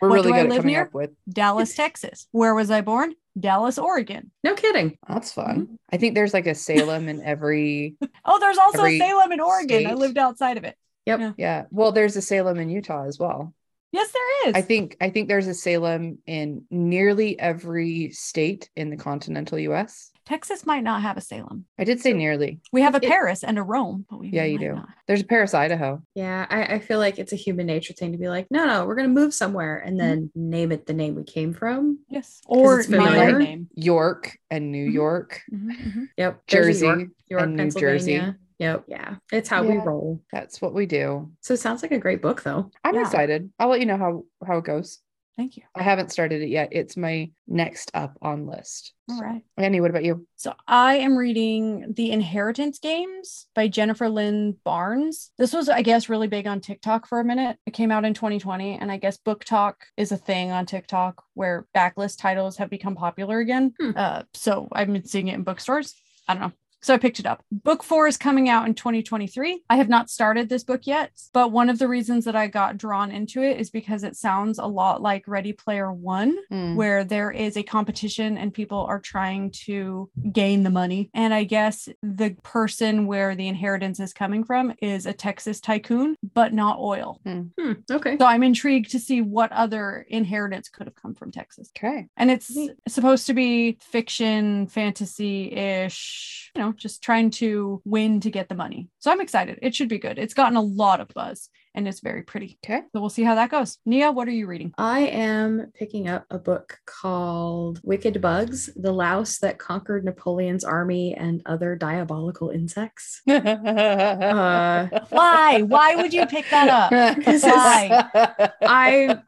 [SPEAKER 3] we're
[SPEAKER 2] What
[SPEAKER 3] really
[SPEAKER 2] do I
[SPEAKER 3] good at
[SPEAKER 2] live
[SPEAKER 3] coming
[SPEAKER 2] near?
[SPEAKER 3] up with.
[SPEAKER 2] Dallas, Texas. Where was I born? Dallas, Oregon.
[SPEAKER 4] No kidding.
[SPEAKER 3] That's fun.
[SPEAKER 2] Mm-hmm.
[SPEAKER 3] I think there's like a Salem in every,
[SPEAKER 2] Oh, there's also
[SPEAKER 3] Every
[SPEAKER 2] Salem in Oregon. I
[SPEAKER 3] state.
[SPEAKER 2] lived outside of it.
[SPEAKER 4] Yep.
[SPEAKER 2] Yeah.
[SPEAKER 3] yeah, well, there's a Salem in Utah as well.
[SPEAKER 2] Yes, there is.
[SPEAKER 3] I think, I think there's a Salem in nearly every state in the continental US.
[SPEAKER 2] Texas might not have a Salem.
[SPEAKER 3] I did say nearly.
[SPEAKER 2] We have a
[SPEAKER 4] It-
[SPEAKER 2] Paris and a Rome, but we
[SPEAKER 3] Yeah, you
[SPEAKER 2] might
[SPEAKER 3] do.
[SPEAKER 2] not.
[SPEAKER 3] There's a Paris, Idaho.
[SPEAKER 4] Yeah. I, I feel like it's a human nature thing to be like, no, no, we're going to move somewhere and then name it the name we came from.
[SPEAKER 2] Yes, or
[SPEAKER 4] it's
[SPEAKER 2] my
[SPEAKER 3] familiar.
[SPEAKER 2] own name.
[SPEAKER 3] York and New
[SPEAKER 2] Mhm.
[SPEAKER 3] York.
[SPEAKER 2] Mhm, mhm.
[SPEAKER 4] Yep. There's
[SPEAKER 3] Jersey
[SPEAKER 4] York, York
[SPEAKER 3] and New
[SPEAKER 4] Pennsylvania.
[SPEAKER 3] Jersey.
[SPEAKER 4] Yep. Yeah. It's how we
[SPEAKER 3] Yeah.
[SPEAKER 4] roll.
[SPEAKER 3] That's what we do.
[SPEAKER 4] So it sounds like a great book, though.
[SPEAKER 3] I'm
[SPEAKER 2] Yeah.
[SPEAKER 3] excited. I'll let you know how how it goes.
[SPEAKER 2] Thank you.
[SPEAKER 3] I haven't started it yet. It's my next up on list.
[SPEAKER 2] All right.
[SPEAKER 3] Annie, what about you?
[SPEAKER 2] So I am reading The Inheritance Games by Jennifer Lynn Barnes. This was, I guess, really big on TikTok for a minute. It came out in 2020, and I guess book talk is a thing on TikTok where backlist titles have become popular again.
[SPEAKER 4] Hmm.
[SPEAKER 2] Uh, so I've been seeing it in bookstores. I don't know. So I picked it up. Book four is coming out in 2023. I have not started this book yet, but one of the reasons that I got drawn into it is because it sounds a lot like Ready Player One,
[SPEAKER 3] Mm.
[SPEAKER 2] where there is a competition and people are trying to gain the money. And I guess the person where the inheritance is coming from is a Texas tycoon, but not oil.
[SPEAKER 4] Hmm. Okay.
[SPEAKER 2] So I'm intrigued to see what other inheritance could have come from Texas.
[SPEAKER 3] Okay.
[SPEAKER 2] And it's
[SPEAKER 4] Neat.
[SPEAKER 2] supposed to be fiction, fantasy ish, you know, just trying to win to get the money. So I'm excited. It should be good. It's gotten a lot of buzz and it's very pretty.
[SPEAKER 3] Okay.
[SPEAKER 2] So we'll see how that goes. Nia, what are you reading?
[SPEAKER 4] I am picking up a book called Wicked Bugs The Louse That Conquered Napoleon's Army and Other Diabolical Insects.
[SPEAKER 2] Uh, Why? Why would you pick that up?
[SPEAKER 4] Because
[SPEAKER 2] Why?
[SPEAKER 4] I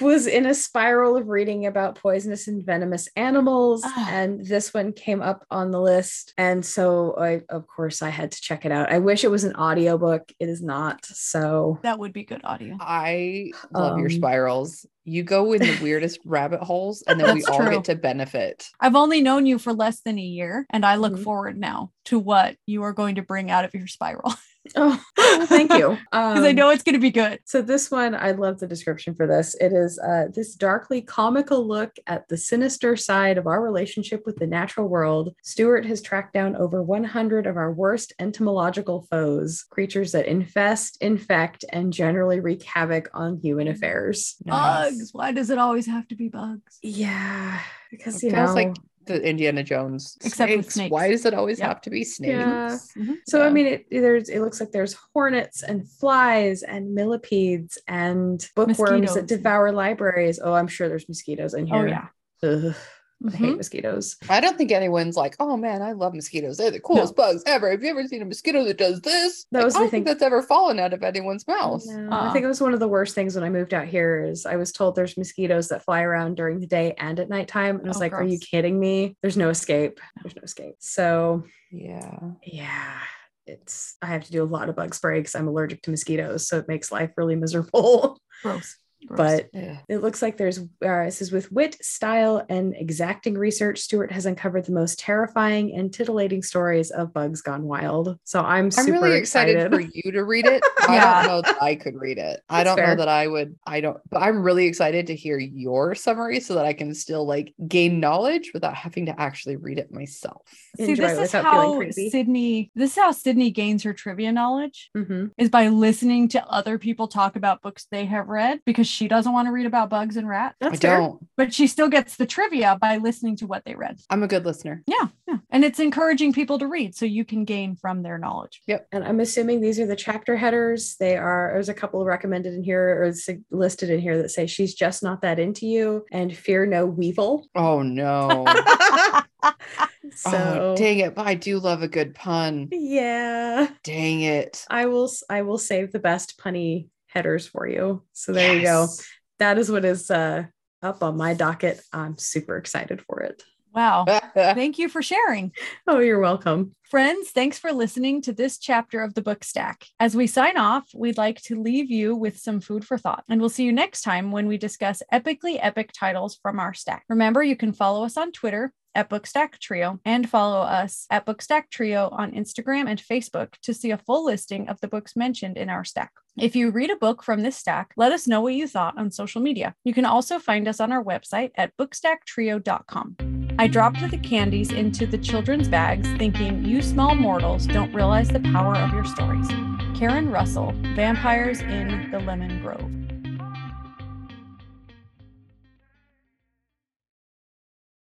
[SPEAKER 4] was in a spiral of reading about poisonous and venomous animals,
[SPEAKER 2] Ah.
[SPEAKER 4] and this one came up on the list. And so, I, of course, I had to check it out. I wish it was an audiobook, it is not. So,
[SPEAKER 2] That would be good audio.
[SPEAKER 3] I love your
[SPEAKER 4] Um.
[SPEAKER 3] spirals. You go in the weirdest rabbit holes, and then we
[SPEAKER 2] That's
[SPEAKER 3] all
[SPEAKER 2] true.
[SPEAKER 3] get to benefit.
[SPEAKER 2] I've only known you for less than a year, and I look
[SPEAKER 4] Mhm.
[SPEAKER 2] forward now to what you are going to bring out of your spiral
[SPEAKER 4] oh, thank you.
[SPEAKER 2] because I
[SPEAKER 4] Um,
[SPEAKER 2] know it's going to be good.
[SPEAKER 4] So this one, I love the description for this. It is uh, this darkly comical look at the sinister side of our relationship with the natural world. Stewart has tracked down over 100 of our worst entomological foes, creatures that infest, infect, and generally wreak havoc on human affairs.
[SPEAKER 2] Bugs. Why does it always have to be bugs?
[SPEAKER 4] Yeah, because
[SPEAKER 3] It
[SPEAKER 4] you know,
[SPEAKER 3] sounds like the Indiana Jones.
[SPEAKER 2] Except with snakes.
[SPEAKER 3] Why does it always
[SPEAKER 2] Yep.
[SPEAKER 3] have to be snakes?
[SPEAKER 4] Yeah.
[SPEAKER 2] Mhm.
[SPEAKER 4] So I
[SPEAKER 3] Yeah.
[SPEAKER 4] mean, it there's it looks like there's hornets and flies and millipedes and bookworms
[SPEAKER 2] Mosquitoes.
[SPEAKER 4] that devour libraries. Oh, I'm sure there's mosquitoes in
[SPEAKER 2] Oh,
[SPEAKER 4] here.
[SPEAKER 2] yeah.
[SPEAKER 4] Ugh, I
[SPEAKER 2] Mhm.
[SPEAKER 4] hate mosquitoes.
[SPEAKER 3] I don't think anyone's like, oh man, I love mosquitoes. They're the coolest bugs ever. Have you ever seen a mosquito that does this?
[SPEAKER 4] That
[SPEAKER 3] Like,
[SPEAKER 4] was
[SPEAKER 3] I
[SPEAKER 4] the
[SPEAKER 3] don't think
[SPEAKER 4] thing.
[SPEAKER 3] that's ever fallen out of anyone's mouth.
[SPEAKER 4] No,
[SPEAKER 2] Uh-uh.
[SPEAKER 4] I think it was one of the worst things when I moved out here is I was told there's mosquitoes that fly around during the day and at nighttime. And I was
[SPEAKER 2] Oh,
[SPEAKER 4] like, are you
[SPEAKER 2] gross.
[SPEAKER 4] kidding me? There's no escape. There's no escape. So
[SPEAKER 3] Yeah.
[SPEAKER 4] yeah, it's I have to do a lot of bug spray because I'm allergic to mosquitoes. So it makes life really miserable.
[SPEAKER 2] Gross. Gross.
[SPEAKER 4] but
[SPEAKER 3] Ugh.
[SPEAKER 4] it looks like there's uh, this is with wit, style, and exacting research. Stewart has uncovered the most terrifying and titillating stories of bugs gone wild. So I'm
[SPEAKER 3] I'm
[SPEAKER 4] super
[SPEAKER 3] really excited,
[SPEAKER 4] excited.
[SPEAKER 3] for you to read it. I
[SPEAKER 2] Yeah.
[SPEAKER 3] don't know that I could read it. I
[SPEAKER 4] That's
[SPEAKER 3] don't
[SPEAKER 4] fair.
[SPEAKER 3] know that I would. I don't, but I'm really excited to hear your summary so that I can still like gain knowledge without having to actually read it myself.
[SPEAKER 2] See,
[SPEAKER 4] Enjoy
[SPEAKER 2] this is
[SPEAKER 4] without feeling
[SPEAKER 2] how
[SPEAKER 4] creepy.
[SPEAKER 2] Sydney. This is how Sydney gains her trivia knowledge
[SPEAKER 4] Mhm.
[SPEAKER 2] is by listening to other people talk about books they have read because she doesn't want to read about bugs and rats,
[SPEAKER 4] That's
[SPEAKER 3] I
[SPEAKER 4] fair.
[SPEAKER 3] don't.
[SPEAKER 2] but she still gets the trivia by listening to what they read.
[SPEAKER 3] I'm a good listener.
[SPEAKER 2] Yeah, yeah. And it's encouraging people to read so you can gain from their knowledge.
[SPEAKER 4] and I'm assuming these are the chapter headers. They are, there's a couple recommended in here or sig- listed in here that say, She's just not that into you and fear no weevil.
[SPEAKER 3] Oh no.
[SPEAKER 4] So,
[SPEAKER 3] oh dang it! But I do love a good pun.
[SPEAKER 4] yeah,
[SPEAKER 3] Dang it.
[SPEAKER 4] I will, s- I will save the best punny headers for you. So, there you go.
[SPEAKER 3] Yes.
[SPEAKER 4] that is what is uh, up on my docket. I'm super excited for it.
[SPEAKER 2] Wow. Thank you for sharing.
[SPEAKER 4] Oh, you're welcome.
[SPEAKER 2] Friends, thanks for listening to this chapter of the book stack. As we sign off, we'd like to leave you with some food for thought, and we'll see you next time when we discuss epically epic titles from our stack. Remember, you can follow us on Twitter at Bookstack Trio and follow us at Bookstack Trio on Instagram and Facebook to see a full listing of the books mentioned in our stack. If you read a book from this stack, let us know what you thought on social media. You can also find us on our website at bookstacktrio.com. I dropped the candies into the children's bags, thinking, you small mortals don't realize the power of your stories. Karen Russell, Vampires in the Lemon Grove.